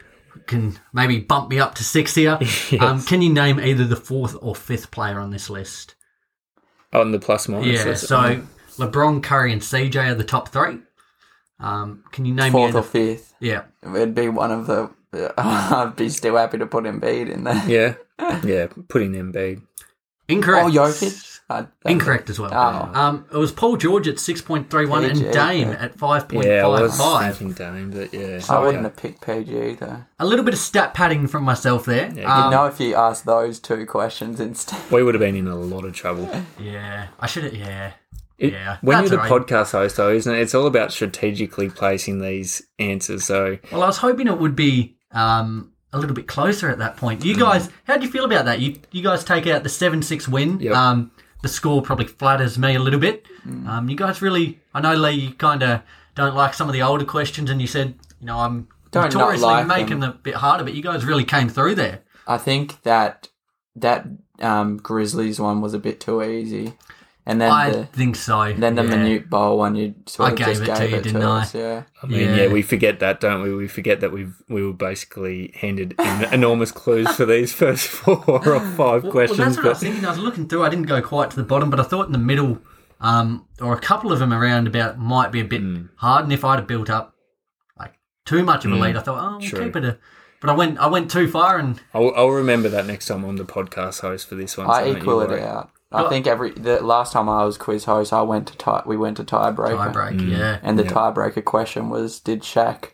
can maybe bump me up to six here. um, can you name either the fourth or fifth player on this list? On Oh, the plus minus. Yeah, list. so LeBron, Curry, and CJ are the top three. Um, can you name Fourth me or either? fifth. Yeah. It'd be one of the. I'd be still happy to put Embiid in there. yeah, yeah. Putting Embiid. Incorrect. Oh, Jokic. I, Incorrect as well. Oh. Um, it was Paul George at 6.31 and PG, Dame yeah. at Yeah, I was 5.55. thinking Dame, but yeah, I wouldn't Okay. have picked PG though. A little bit of stat padding from myself there. Yeah, Um, you know, if you asked those two questions instead. we would have been in a lot of trouble. yeah. I should have, yeah. It- Yeah, when that's you're the all right. podcast host, though, isn't it? It's all about strategically placing these answers. So Well, I was hoping it would be um, a little bit closer at that point. Hmm. You guys, how do you feel about that? You you guys take out the seven six win. Yep. Um, the score probably flatters me a little bit. Hmm. Um, you guys really, I know Lee, you kind of don't like some of the older questions, and you said, you know, I'm Don't not notoriously like making them a bit harder, but you guys really came through there. I think that that um, Grizzlies one was a bit too easy, and then I the think so. then the yeah. Minute Bowl one you sort I of gave just it gave to you, it didn't to I? us. Yeah, I mean, Yeah. yeah. we forget that, don't we? We forget that we've we were basically handed en- enormous clues for these first four or five Well, questions. that's what I was but thinking. I was looking through. I didn't go quite to the bottom, but I thought in the middle, um, or a couple of them around about might be a bit hard. And if I'd have built up like too much of a lead, I thought, oh, we'll True. keep it. A, but I went, I went too far, and I'll, I'll remember that next time I'm the podcast host for this one. so I don't you equal it worry. out. I think every the last time I was quiz host, I went to tie. We went to tiebreaker, I break. Yeah, and the tiebreaker question was: Did Shaq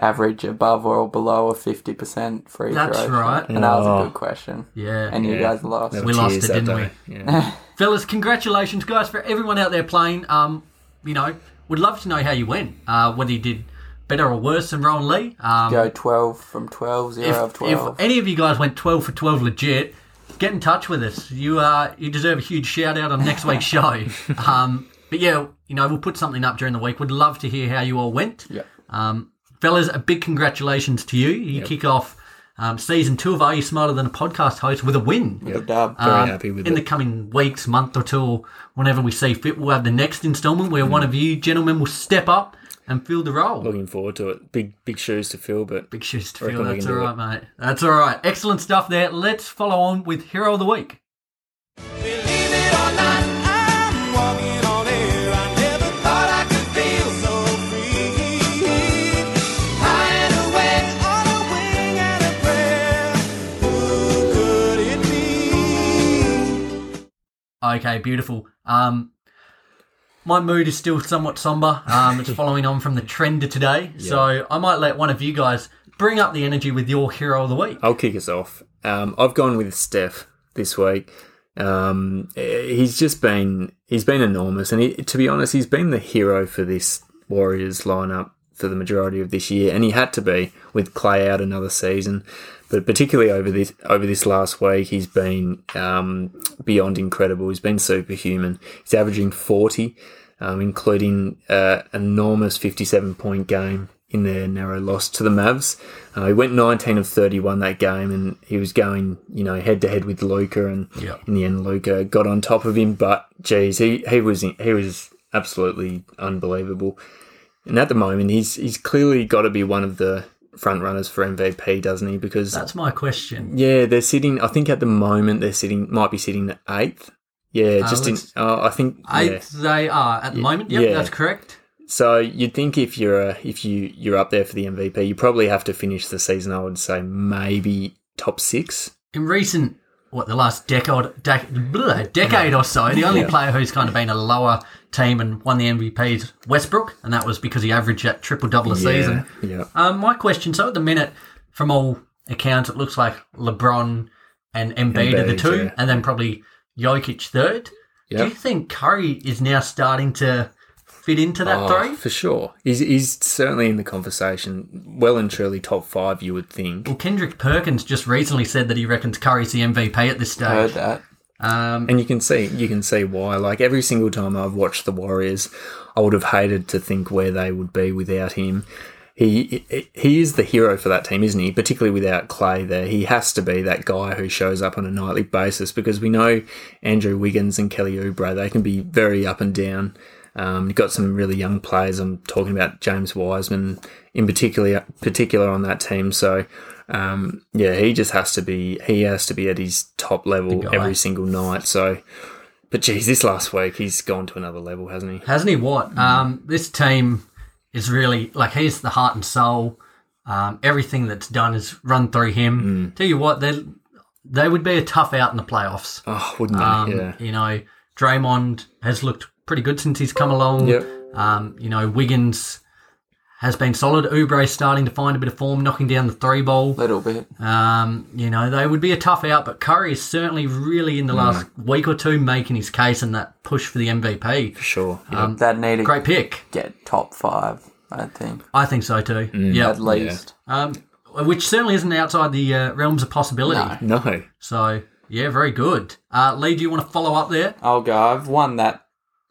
average above or below a fifty percent free That's throw? shot? right. and that was Oh. a good question. yeah. And you guys lost. There We were lost tears it, that didn't day. Yeah. fellas, congratulations, guys, for everyone out there playing. Um, you know, would love to know how you went. Uh, whether you did better or worse than Ron Lee. Um, Go twelve from 12, 0 if, of twelve. if any of you guys went 12 for 12 legit, get in touch with us. You uh, you deserve a huge shout out on next week's show. Um, but yeah, you know, we'll put something up during the week. We'd love to hear how you all went. Yep. Um, fellas, a big congratulations to you. You kick off um, season two of Are You Smarter Than a Podcast Host with a win. the dub. Very Um, happy with in it. the coming weeks, month or two, or whenever we see fit, we'll have the next installment where one of you gentlemen will step up and fill the role. Looking forward to it. Big big shoes to fill, but Big shoes to Reckon fill. we That's can all do right, mate. That's all right. Excellent stuff there. Let's follow on with Hero of the Week. Believe it or not, I'm walking on air. I never thought I could feel so free. High and away on a wing and a prayer. Who could it be? Okay, beautiful. Um, my mood is still somewhat somber. Um, it's following on from the trend of today, so I might let one of you guys bring up the energy with your Hero of the Week. I'll kick us off. Um, I've gone with Steph this week. Um, eh, he's just been he's been enormous, and he, to be honest, he's been the hero for this Warriors lineup for the majority of this year, and he had to be with Clay out another season. But particularly over this over this last week, he's been um, beyond incredible. He's been superhuman. He's averaging forty, um, including uh, enormous fifty-seven point game in their narrow loss to the Mavs. Uh, he went 19 of 31 that game, and he was going, you know, head to head with Luca, and Yeah. in the end, Luca got on top of him. But geez, he he was he was absolutely unbelievable. And at the moment, he's he's clearly got to be one of the front runners for MVP, doesn't he? Because That's my question. yeah, they're sitting. I think at the moment they're sitting might be sitting eighth. Yeah, just in. let's- Uh, I think yeah. Eighth, they are at the moment. Yep, yeah. that's correct. So you'd think if you're uh, if you you're up there for the MVP, you probably have to finish the season. I would say maybe top six. In recent, what the last decade, dec- bleh, decade or so, the only player who's kind of been a lower team and won the MVP is Westbrook, and that was because he averaged that triple double a season. Yeah. Um, my question. So at the minute, from all accounts, it looks like LeBron and Embiid, are the Embiid, two, yeah. and then probably Jokic third. Do Yep. you think Curry is now starting to fit into that Oh, three? for sure. He's, he's certainly in the conversation. Well and truly top five, you would think. Well, Kendrick Perkins just recently said that he reckons Curry's the MVP at this I Uh, heard stage. that. Um, And you can see you can see why. Like every single time I've watched the Warriors, I would have hated to think where they would be without him. He he- he is the hero for that team, isn't he? Particularly without Clay there, he has to be that guy who shows up on a nightly basis because we know Andrew Wiggins and Kelly Oubre they can be very up and down. Um, you've got some really young players. I'm talking about James Wiseman in particular, particular on that team. So, um, yeah, he just has to be. He has to be at his top level guy. every single night. So, but geez, this last week he's gone to another level, hasn't he? hasn't he? Mm-hmm. What? Um, this team is really like he's the heart and soul. Um, everything that's done is run through him. Mm. Tell you what, they they would be a tough out in the playoffs. Oh, wouldn't Um, he? Yeah. You know, Draymond has looked pretty good since he's come along. Yep. Um, you know, Wiggins has been solid. Oubre's starting to find a bit of form, knocking down the three ball. Little bit. Um, you know, they would be a tough out, but Curry is certainly really Mm. in the last week or two making his case and that push for the MVP. Sure. Um, Yeah. That need to Great pick. get top five. I think I think so too. Mm. at Yeah. least. Um, which certainly isn't outside the uh, realms of possibility. No. no. So, yeah, very good. Uh, Lee, do you want to follow up there? I'll go. I've won that.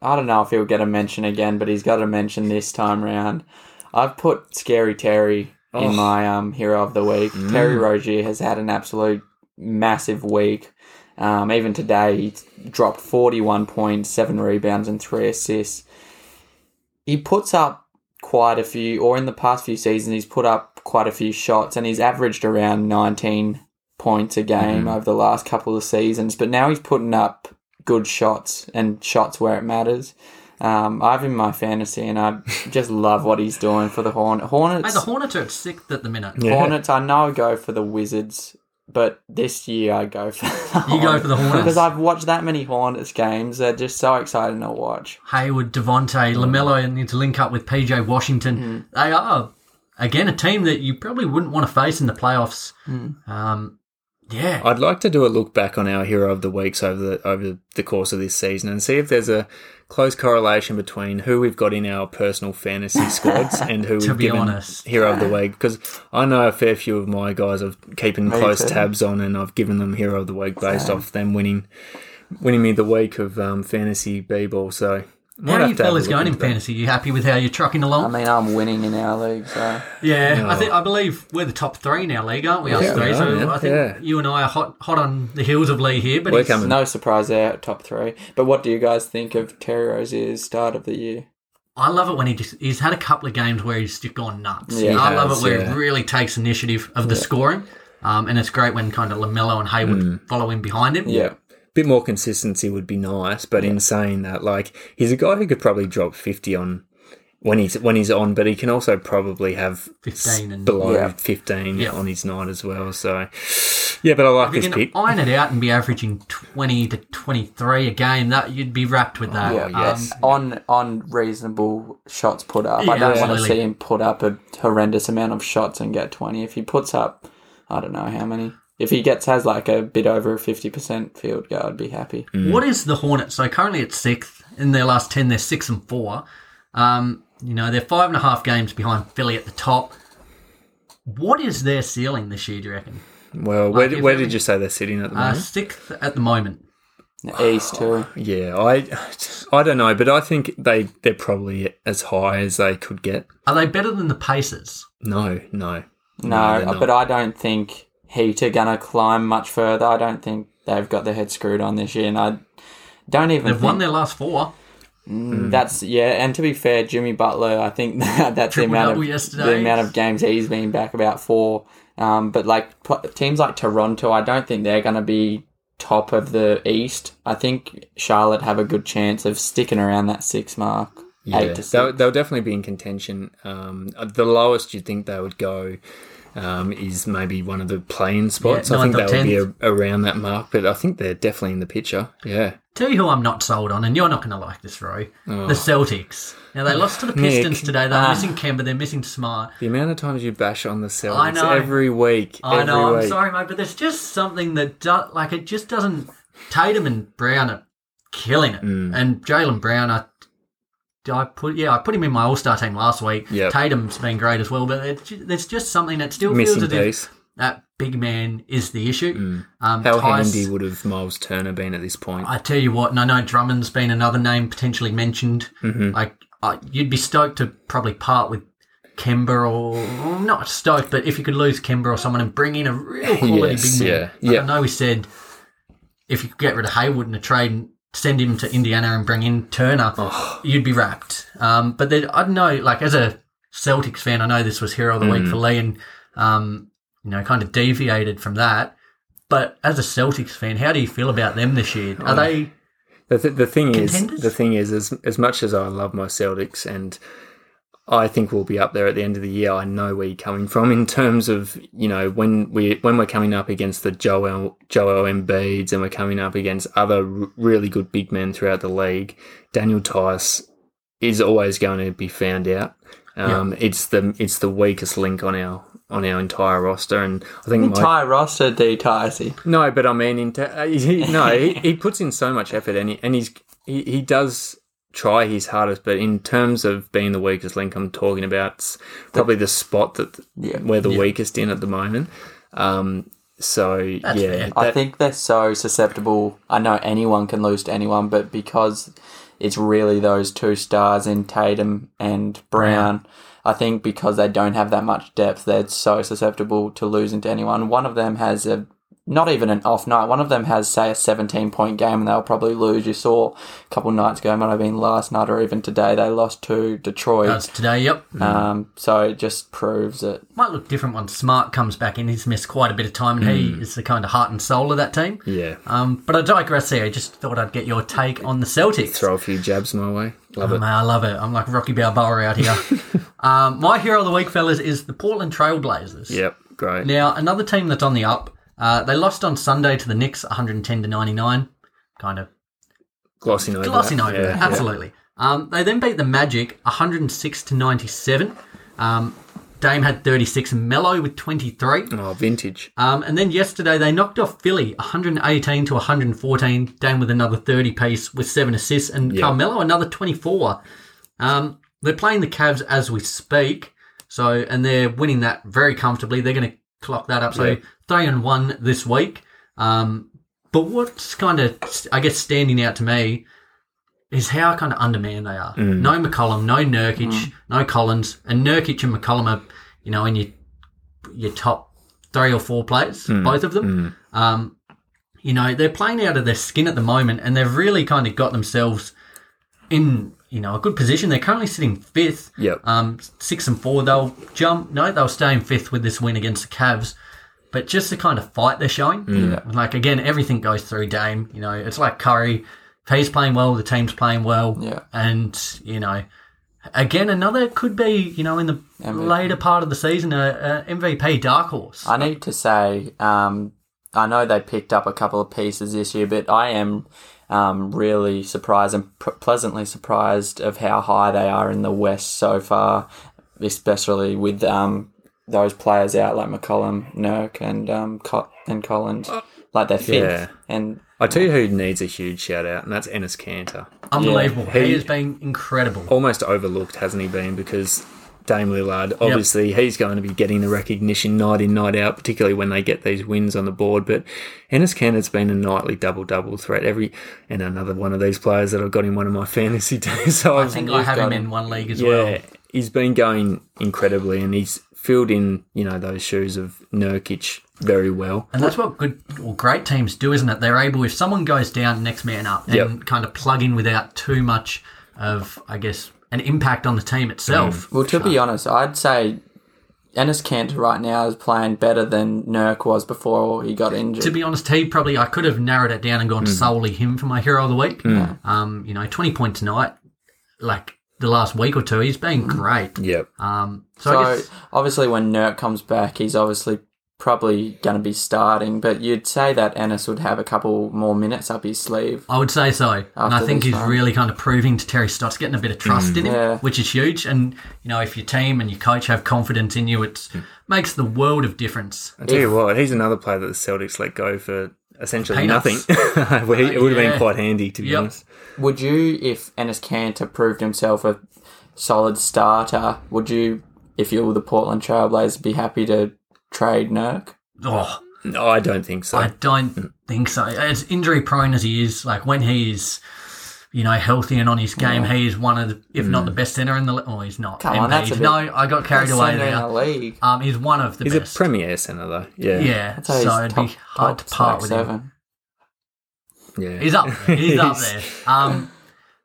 I don't know if he'll get a mention again, but he's got a mention this time round. I've put Scary Terry Oh. in my um, hero of the week. Terry Rozier has had an absolute massive week. Um, even today, he dropped forty-one points, seven rebounds, and three assists. He puts up quite a few, or in the past few seasons, he's put up quite a few shots, and he's averaged around nineteen points a game over the last couple of seasons. But now he's putting up good shots and shots where it matters. Um, I have him in my fantasy, and I just love what he's doing for the Horn- Hornets. Hey, the Hornets are at sixth at the minute. Yeah. Hornets, I know I go for the Wizards, but this year I go for the You go for the Hornets. because I've watched that many Hornets games. They're just so exciting to watch. Hayward, Mm. Devontae, LaMelo, and need to link up with PJ Washington. They are, again, a team that you probably wouldn't want to face in the playoffs. Mm. Um, yeah. I'd like to do a look back on our hero of the weeks over the over the course of this season and see if there's a close correlation between who we've got in our personal fantasy squads and who we've be given honest. hero of the week. Because I know a fair few of my guys I've keeping close too. tabs on, and I've given them hero of the week based off them winning winning me the week of um, fantasy b ball. So might how are have you to have a fellas look going in into that. fantasy? You happy with how you're trucking along? I mean, I'm winning in our league, so yeah, I think I believe we're the top three in our league, aren't we? us Yeah, we three? are, so man. I think Yeah. you and I are hot hot on the heels of Lee here. But We're it's- coming. no surprise there, top three. But what do you guys think of Terry Rozier's start of the year? I love it when he just he's had a couple of games where he's just gone nuts. Yeah, he I love has, it where he yeah. really takes initiative of the scoring. Um, and it's great when kind of Lamelo and Hayward follow in behind him. Mm. Yeah, bit more consistency would be nice. But in saying that, like he's a guy who could probably drop fifty on when he's when he's on, but he can also probably have 15 and- below Yeah. fifteen Yeah. on his night as well. So yeah, but I like If this you can pick. iron it out and be averaging twenty to twenty three a game, that you'd be wrapped with that. Oh, yeah, Um, yes. on on reasonable shots put up. I Yeah, don't want to absolutely. see him put up a horrendous amount of shots and get twenty. If he puts up, I don't know how many. if he gets has like a bit over a fifty percent field goal, I'd be happy. What is the Hornets? So currently it's sixth in their last ten. They're six and four. Um, you know they're five and a half games behind Philly at the top. What is their ceiling this year? Do you reckon? Well, where, if where they- did you say they're sitting at the Uh, Mm-hmm. moment? sixth at the moment. The East too. yeah, I, I don't know, but I think they they're probably as high as they could get. Are they better than the Pacers? No, no, No, uh, they're not. but I don't think Heat are gonna climb much further. I don't think they've got their head screwed on this year, and I don't even. They've Mm-hmm. think won their last four. Mm. That's yeah, and to be fair, Jimmy Butler, I think that, that's the Triple amount double of yesterday. the amount of games he's been back about four. Um, but like pl- teams like Toronto, I don't think they're going to be top of the East. I think Charlotte have a good chance of sticking around that six mark, eight to six. They'll, they'll definitely be in contention. Um, the lowest you'd think they would go um, is maybe one of the playing spots. Yeah, I think ninth that or would be a, around that mark, but I think they're definitely in the picture. Yeah. Tell you who I'm not sold on, and you're not going to like this, Roy. The Celtics. Now they lost to the Oh. Nick. Ah. Pistons today. They're missing Kemba. They're missing Smart. The amount of times you bash on the Celtics I know. every week. I know. every I'm week. sorry, mate, but there's just something that do- like it just doesn't. Tatum and Brown are killing it, Mm. and Jalen Brown. I, I put yeah, I put him in my All Star team last week. Yep. Tatum's been great as well, but it's just, there's just something that still Missing feels as if piece. Mm. that big man is the issue. Um, How Tice- handy would have Miles Turner been at this point? Um, I tell you what, and I know Drummond's been another name potentially mentioned. Like, I, you'd be stoked to probably part with Kemba or not stoked, but if you could lose Kemba or someone and bring in a real quality Yes, big man. yeah, Like, yeah. I know we said if you could get rid of Haywood in a trade and send him to Indiana and bring in Turner, Oh. you'd be wrapped. Um, but then, I don't know, like as a Celtics fan, I know this was hero of the Mm. week for Lee and, um, you know, kind of deviated from that. But as a Celtics fan, how do you feel about them this year? Oh. Are they The, th- the thing Contenders? is, the thing is, as as much as I love my Celtics, and I think we'll be up there at the end of the year. I know where you're coming from in terms of you know when we when we're coming up against the Joel Joel Embiid's, and we're coming up against other r- really good big men throughout the league. Daniel Tice is always going to be found out. Um, It's the it's the weakest link on our on our entire roster, and I think my, Entire roster, D. Ticey. no, but I mean, in ter- uh, he, no, he, he puts in so much effort, and he, and he's he, he does try his hardest. But in terms of being the weakest link, I'm talking about it's probably the spot that Yeah. we're the weakest in at the moment. Um, so yeah, fair. I that- think they're so susceptible. I know anyone can lose to anyone, but because it's really those two stars in Tatum and Brown, I think because they don't have that much depth, they're so susceptible to losing to anyone. One of them has a not even an off night. One of them has, say, a 17 point game and they'll probably lose. You saw a couple nights ago, might have been last night or even today, they lost to Detroit. That's today? Yep. um, so it just proves it. Might look different once Smart comes back in. He's missed quite a bit of time, and he is the kind of heart and soul of that team. Hmm. yeah, Um, but I digress there. I just thought I'd get your take on the Celtics. throw a few jabs my way. Love Oh, it. man, I love it. I'm like Rocky Balboa out here. um, my hero of the week, fellas, is the Portland Trailblazers. Yep, great. Now, another team that's on the up. Uh, they lost on Sunday to the Knicks, 110 to 99. Kind of glossing over. glossing that. over Yeah, it, yeah. absolutely. Um, they then beat the Magic 106 to 97. Um, Dame had 36, and Mello with 23. Oh, vintage. Um, and then yesterday they knocked off Philly 118 to 114. Dame with another 30 piece with seven assists, and Carmelo another 24. Um, they're playing the Cavs as we speak, so and they're winning that very comfortably. They're going to clock that up. So Yeah. three and one this week. Um, but what's kind of I guess standing out to me is how kind of undermanned they are. Mm. No McCollum, no Nurkic, no Collins, and Nurkic and McCollum are you know in your your top three or four players, Mm. both of them. Um, you know, they're playing out of their skin at the moment, and they've really kind of got themselves in you know a good position. They're currently sitting fifth. Yep. Um, six and four. They'll jump. No, they'll stay in fifth with this win against the Cavs. But just the kind of fight they're showing. Like again, everything goes through Dame. You know, it's like Curry. If he's playing well, the team's playing well. Yeah. And you know, again, another could be you know in the MVP. later part of the season a, a MVP dark horse. I need to say, um, I know they picked up a couple of pieces this year, but I am um, really surprised and pr- pleasantly surprised of how high they are in the West so far, especially with um, those players out like McCollum, Nurk, and um, Co- and Collins. Like they're fifth, Yeah. and I tell you who needs a huge shout out, and that's Ennis Cantor. Unbelievable. Yeah, he- Oh, he has been incredible. Almost overlooked, hasn't he been? Because Dame Lillard, obviously, he's going to be getting the recognition night in, night out, particularly when they get these wins on the board. But Ennis Cantor's been a nightly double double threat. Every and another one of these players that I've got in one of my fantasy teams. So I think I have him got in one league as yeah, well. he's been going incredibly, and he's filled in you know those shoes of Nurkic very well. And that's what good or great teams do, isn't it? They're able, if someone goes down, next man up, and Yep. kind of plug in without too much of, I guess, an impact on the team itself. Mm. well, to be honest, I'd say Ennis Kent right now is playing better than Nurk was before he got injured. To be honest, he probably I could have narrowed it down and gone Mm. solely him for my hero of the week. Um, you know, twenty points a night, like the last week or two, he's been great. Yep. Um, so, I Mm. so guess obviously, when Nurk comes back, he's obviously probably going to be starting. But you'd say that Ennis would have a couple more minutes up his sleeve. I would say so, and I After think this he's round. really kind of proving to Terry Stotts getting a bit of trust in him, Yeah. which is huge. And you know, if your team and your coach have confidence in you, it Mm. makes the world of difference. I tell you what, he's another player that the Celtics let go for essentially Peanuts. nothing. We- it would have Yeah. been quite handy to be Yep. honest. Would you, if Ennis Cantor proved himself a solid starter, would you, if you were the Portland Trailblazers, be happy to trade Nurk? Oh, No, I don't think so. I don't think so. As injury prone as he is, like when he is, you know, healthy and on his game, he is one of the, if not the best center in the. le- Oh, he's not. Mm. Come on, that's a Embiid. bit- no, I got carried Best away centre in the there. league. Um, he's one of the he's best. a premier center though. Yeah. yeah, I'd say he's so it'd be top- hard to top part six, with him. seven. Yeah. He's up. There. He's up He's- there. Um,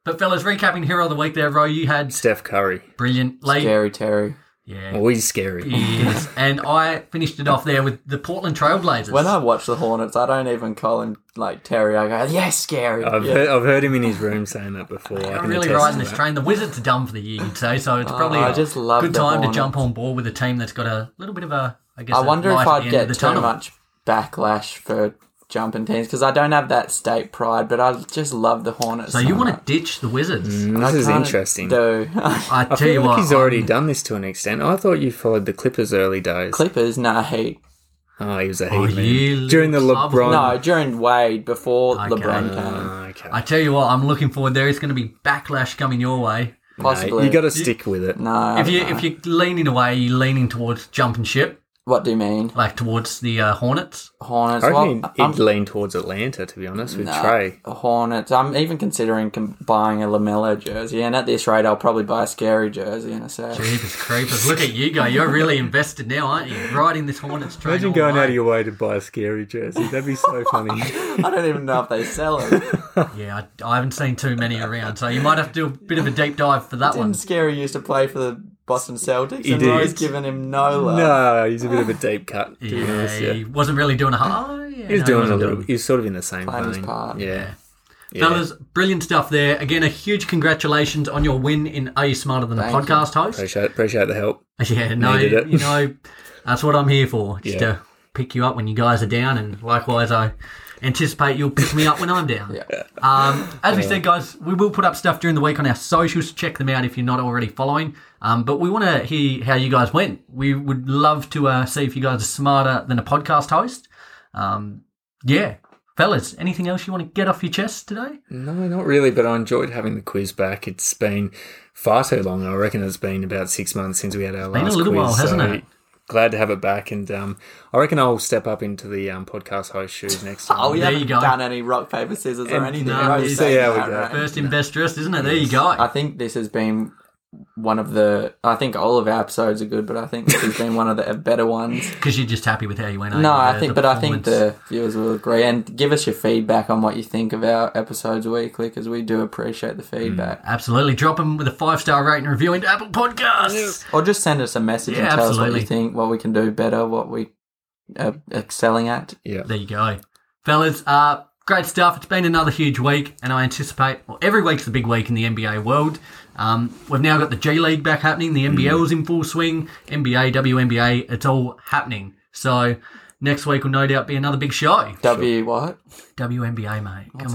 but fellas, recapping hero of the week there, Ro, you had Steph Curry. brilliant lead. Gary Terry. Yeah. Oh, he's scary. He is. and I finished it off there with the Portland Trailblazers. When I watch the Hornets, I don't even call him like Terry. I go, yes, Gary. I've, Yeah. heard, I've heard him in his room saying that before. I I'm can really attest riding to this that. train. The Wizards are done for the year, you'd say. So it's probably Oh, I a just love good the time to Hornets. jump on board with a team that's got a little bit of a. I guess. I a wonder light if at the I'd end get of the too tunnel. much backlash for jumping teams because I don't have that state pride, but I just love the Hornets. So you want much. to ditch the Wizards? Mm, This I is kinda interesting. Do I I tell feel you like what, he's already I'm- done this to an extent. I thought you followed the Clippers early days. Clippers? Nah, Heat. oh, he was a heat Oh, you man. During the little LeBron. No, during Wade before Oh. Okay. LeBron came. Oh, okay. I tell you what, I'm looking forward. There is going to be backlash coming your way. Possibly. Mate, you got to stick with it. No. If you if you're leaning away, you're leaning towards jumping ship, What do you mean? like towards the uh, Hornets. Hornets? I Well, reckon he'd, I'm- he'd lean towards Atlanta, to be honest, with nah, Trey. Hornets. I'm even considering com- buying a Lamelo jersey, and at this rate, I'll probably buy a scary jersey in a sec. Jesus creepers! Look at you go. You're really invested now, aren't you? Riding this Hornets train. Imagine all going the out way. of your way to buy a scary jersey. That'd be so funny. I don't even know if they sell it. Yeah, I, I haven't seen too many around, so you might have to do a bit of a deep dive for that one. Didn't Scary used to play for the Boston Celtics? He and Roy's did. given him no love. no, he's a bit of a deep cut. To be Yeah, honest, yeah. he wasn't really doing a hard. Oh, yeah, no, he He's doing a wasn't little. doing- He's sort of in the same Playing his vein. part. Yeah. Fellas, brilliant stuff there. Again, a huge congratulations on your win in Are You Smarter Than a Thank you. Podcast host? Appreciate appreciate the help. Yeah, no, Needed it. you know, that's what I'm here for, just Yeah. to pick you up when you guys are down, and likewise, I anticipate you'll pick me up when I'm down. Yeah. Um, as we said, guys, we will put up stuff during the week on our socials. Check them out if you're not already following. Um, but we want to hear how you guys went. We would love to uh, see if you guys are smarter than a podcast host. Um, yeah. Fellas, anything else you want to get off your chest today? No, not really. But I enjoyed having the quiz back. It's been far too long. I reckon it's been about six months since we had our been a last little quiz, while, hasn't it? Glad to have it back, and um, I reckon I'll step up into the um, podcast host shoes next time. Oh, we There haven't you go. done any rock, paper, scissors or anything. no, Roy's you see saying how we that, go. right? First in best dressed, isn't it? There you I go. think this has been one of the. I think all of our episodes are good, but I think this has been one of the better ones. Because you're just happy with how you went. aren't No, you? I The- think, the but I think performance. the viewers will agree and give us your feedback on what you think of our episodes weekly because we do appreciate the feedback. Absolutely. Drop them with a five star rating and review into Apple Podcasts. Or just send us a message Yeah, and tell us what absolutely. you think, what we can do better, what we are excelling at. yeah. There you go. Fellas, uh, great stuff. It's been another huge week, and I anticipate, well, every week's the big week in the NBA world. Um, we've now got the G League back happening, the Mm. NBL's in full swing, NBA, WNBA, it's all happening. So next week will no doubt be another big show. W what? WNBA, mate. Come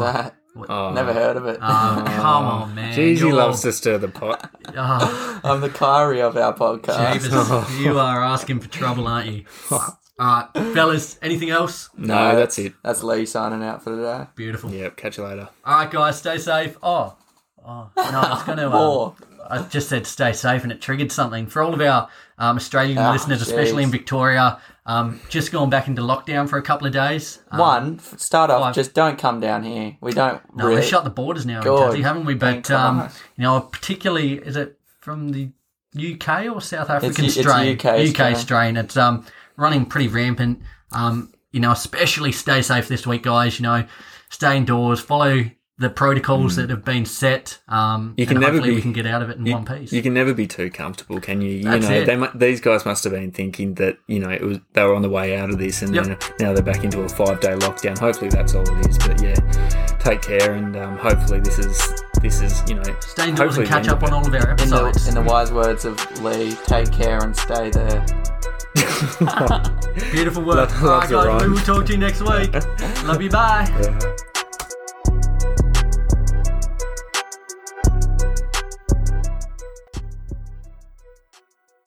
What's on. that? Never heard of it. Oh, come on, man. Jeez, he You're- loves to stir the pot. Oh, I'm the Kyrie of our podcast. Jeebus, you are asking for trouble, aren't you? All right, fellas, anything else? No, that's it. That's Lee signing out for today. Beautiful. Yep, catch you later. All right, guys, stay safe. Oh, oh no, I was going to. Um, Or I just said stay safe, and it triggered something for all of our um, Australian Ah, listeners, especially jeez. in Victoria. Um, just gone back into lockdown for a couple of days. Um, one, f- start off, five. just don't come down here. We don't No, really. they shut the borders now, in God, Tassie, haven't we? thank But um, Christ. you know, particularly is it from the UK or South African U- it's strain? UK strain. strain. It's um running pretty rampant. Um, you know, especially stay safe this week, guys. You know, stay indoors, follow the Hmm. protocols that have been set. Um, You can and never hopefully be- we can get out of it in one piece. You can never be too comfortable, can you? You That's know, it. they mu- these guys must have been thinking that you know it was they were on the way out of this, and Yep. then now they're back into a five day lockdown. Hopefully, that's all it is. But yeah, take care, and um, hopefully, this is this is you know stay indoors and hopefully the catch end of up on it. all of our in, the, episodes. in the wise words of Lee, take care and stay there. Beautiful work. Love- All right, guys. loves a We rhyme. will talk to you next week. Love you. Bye. Yeah.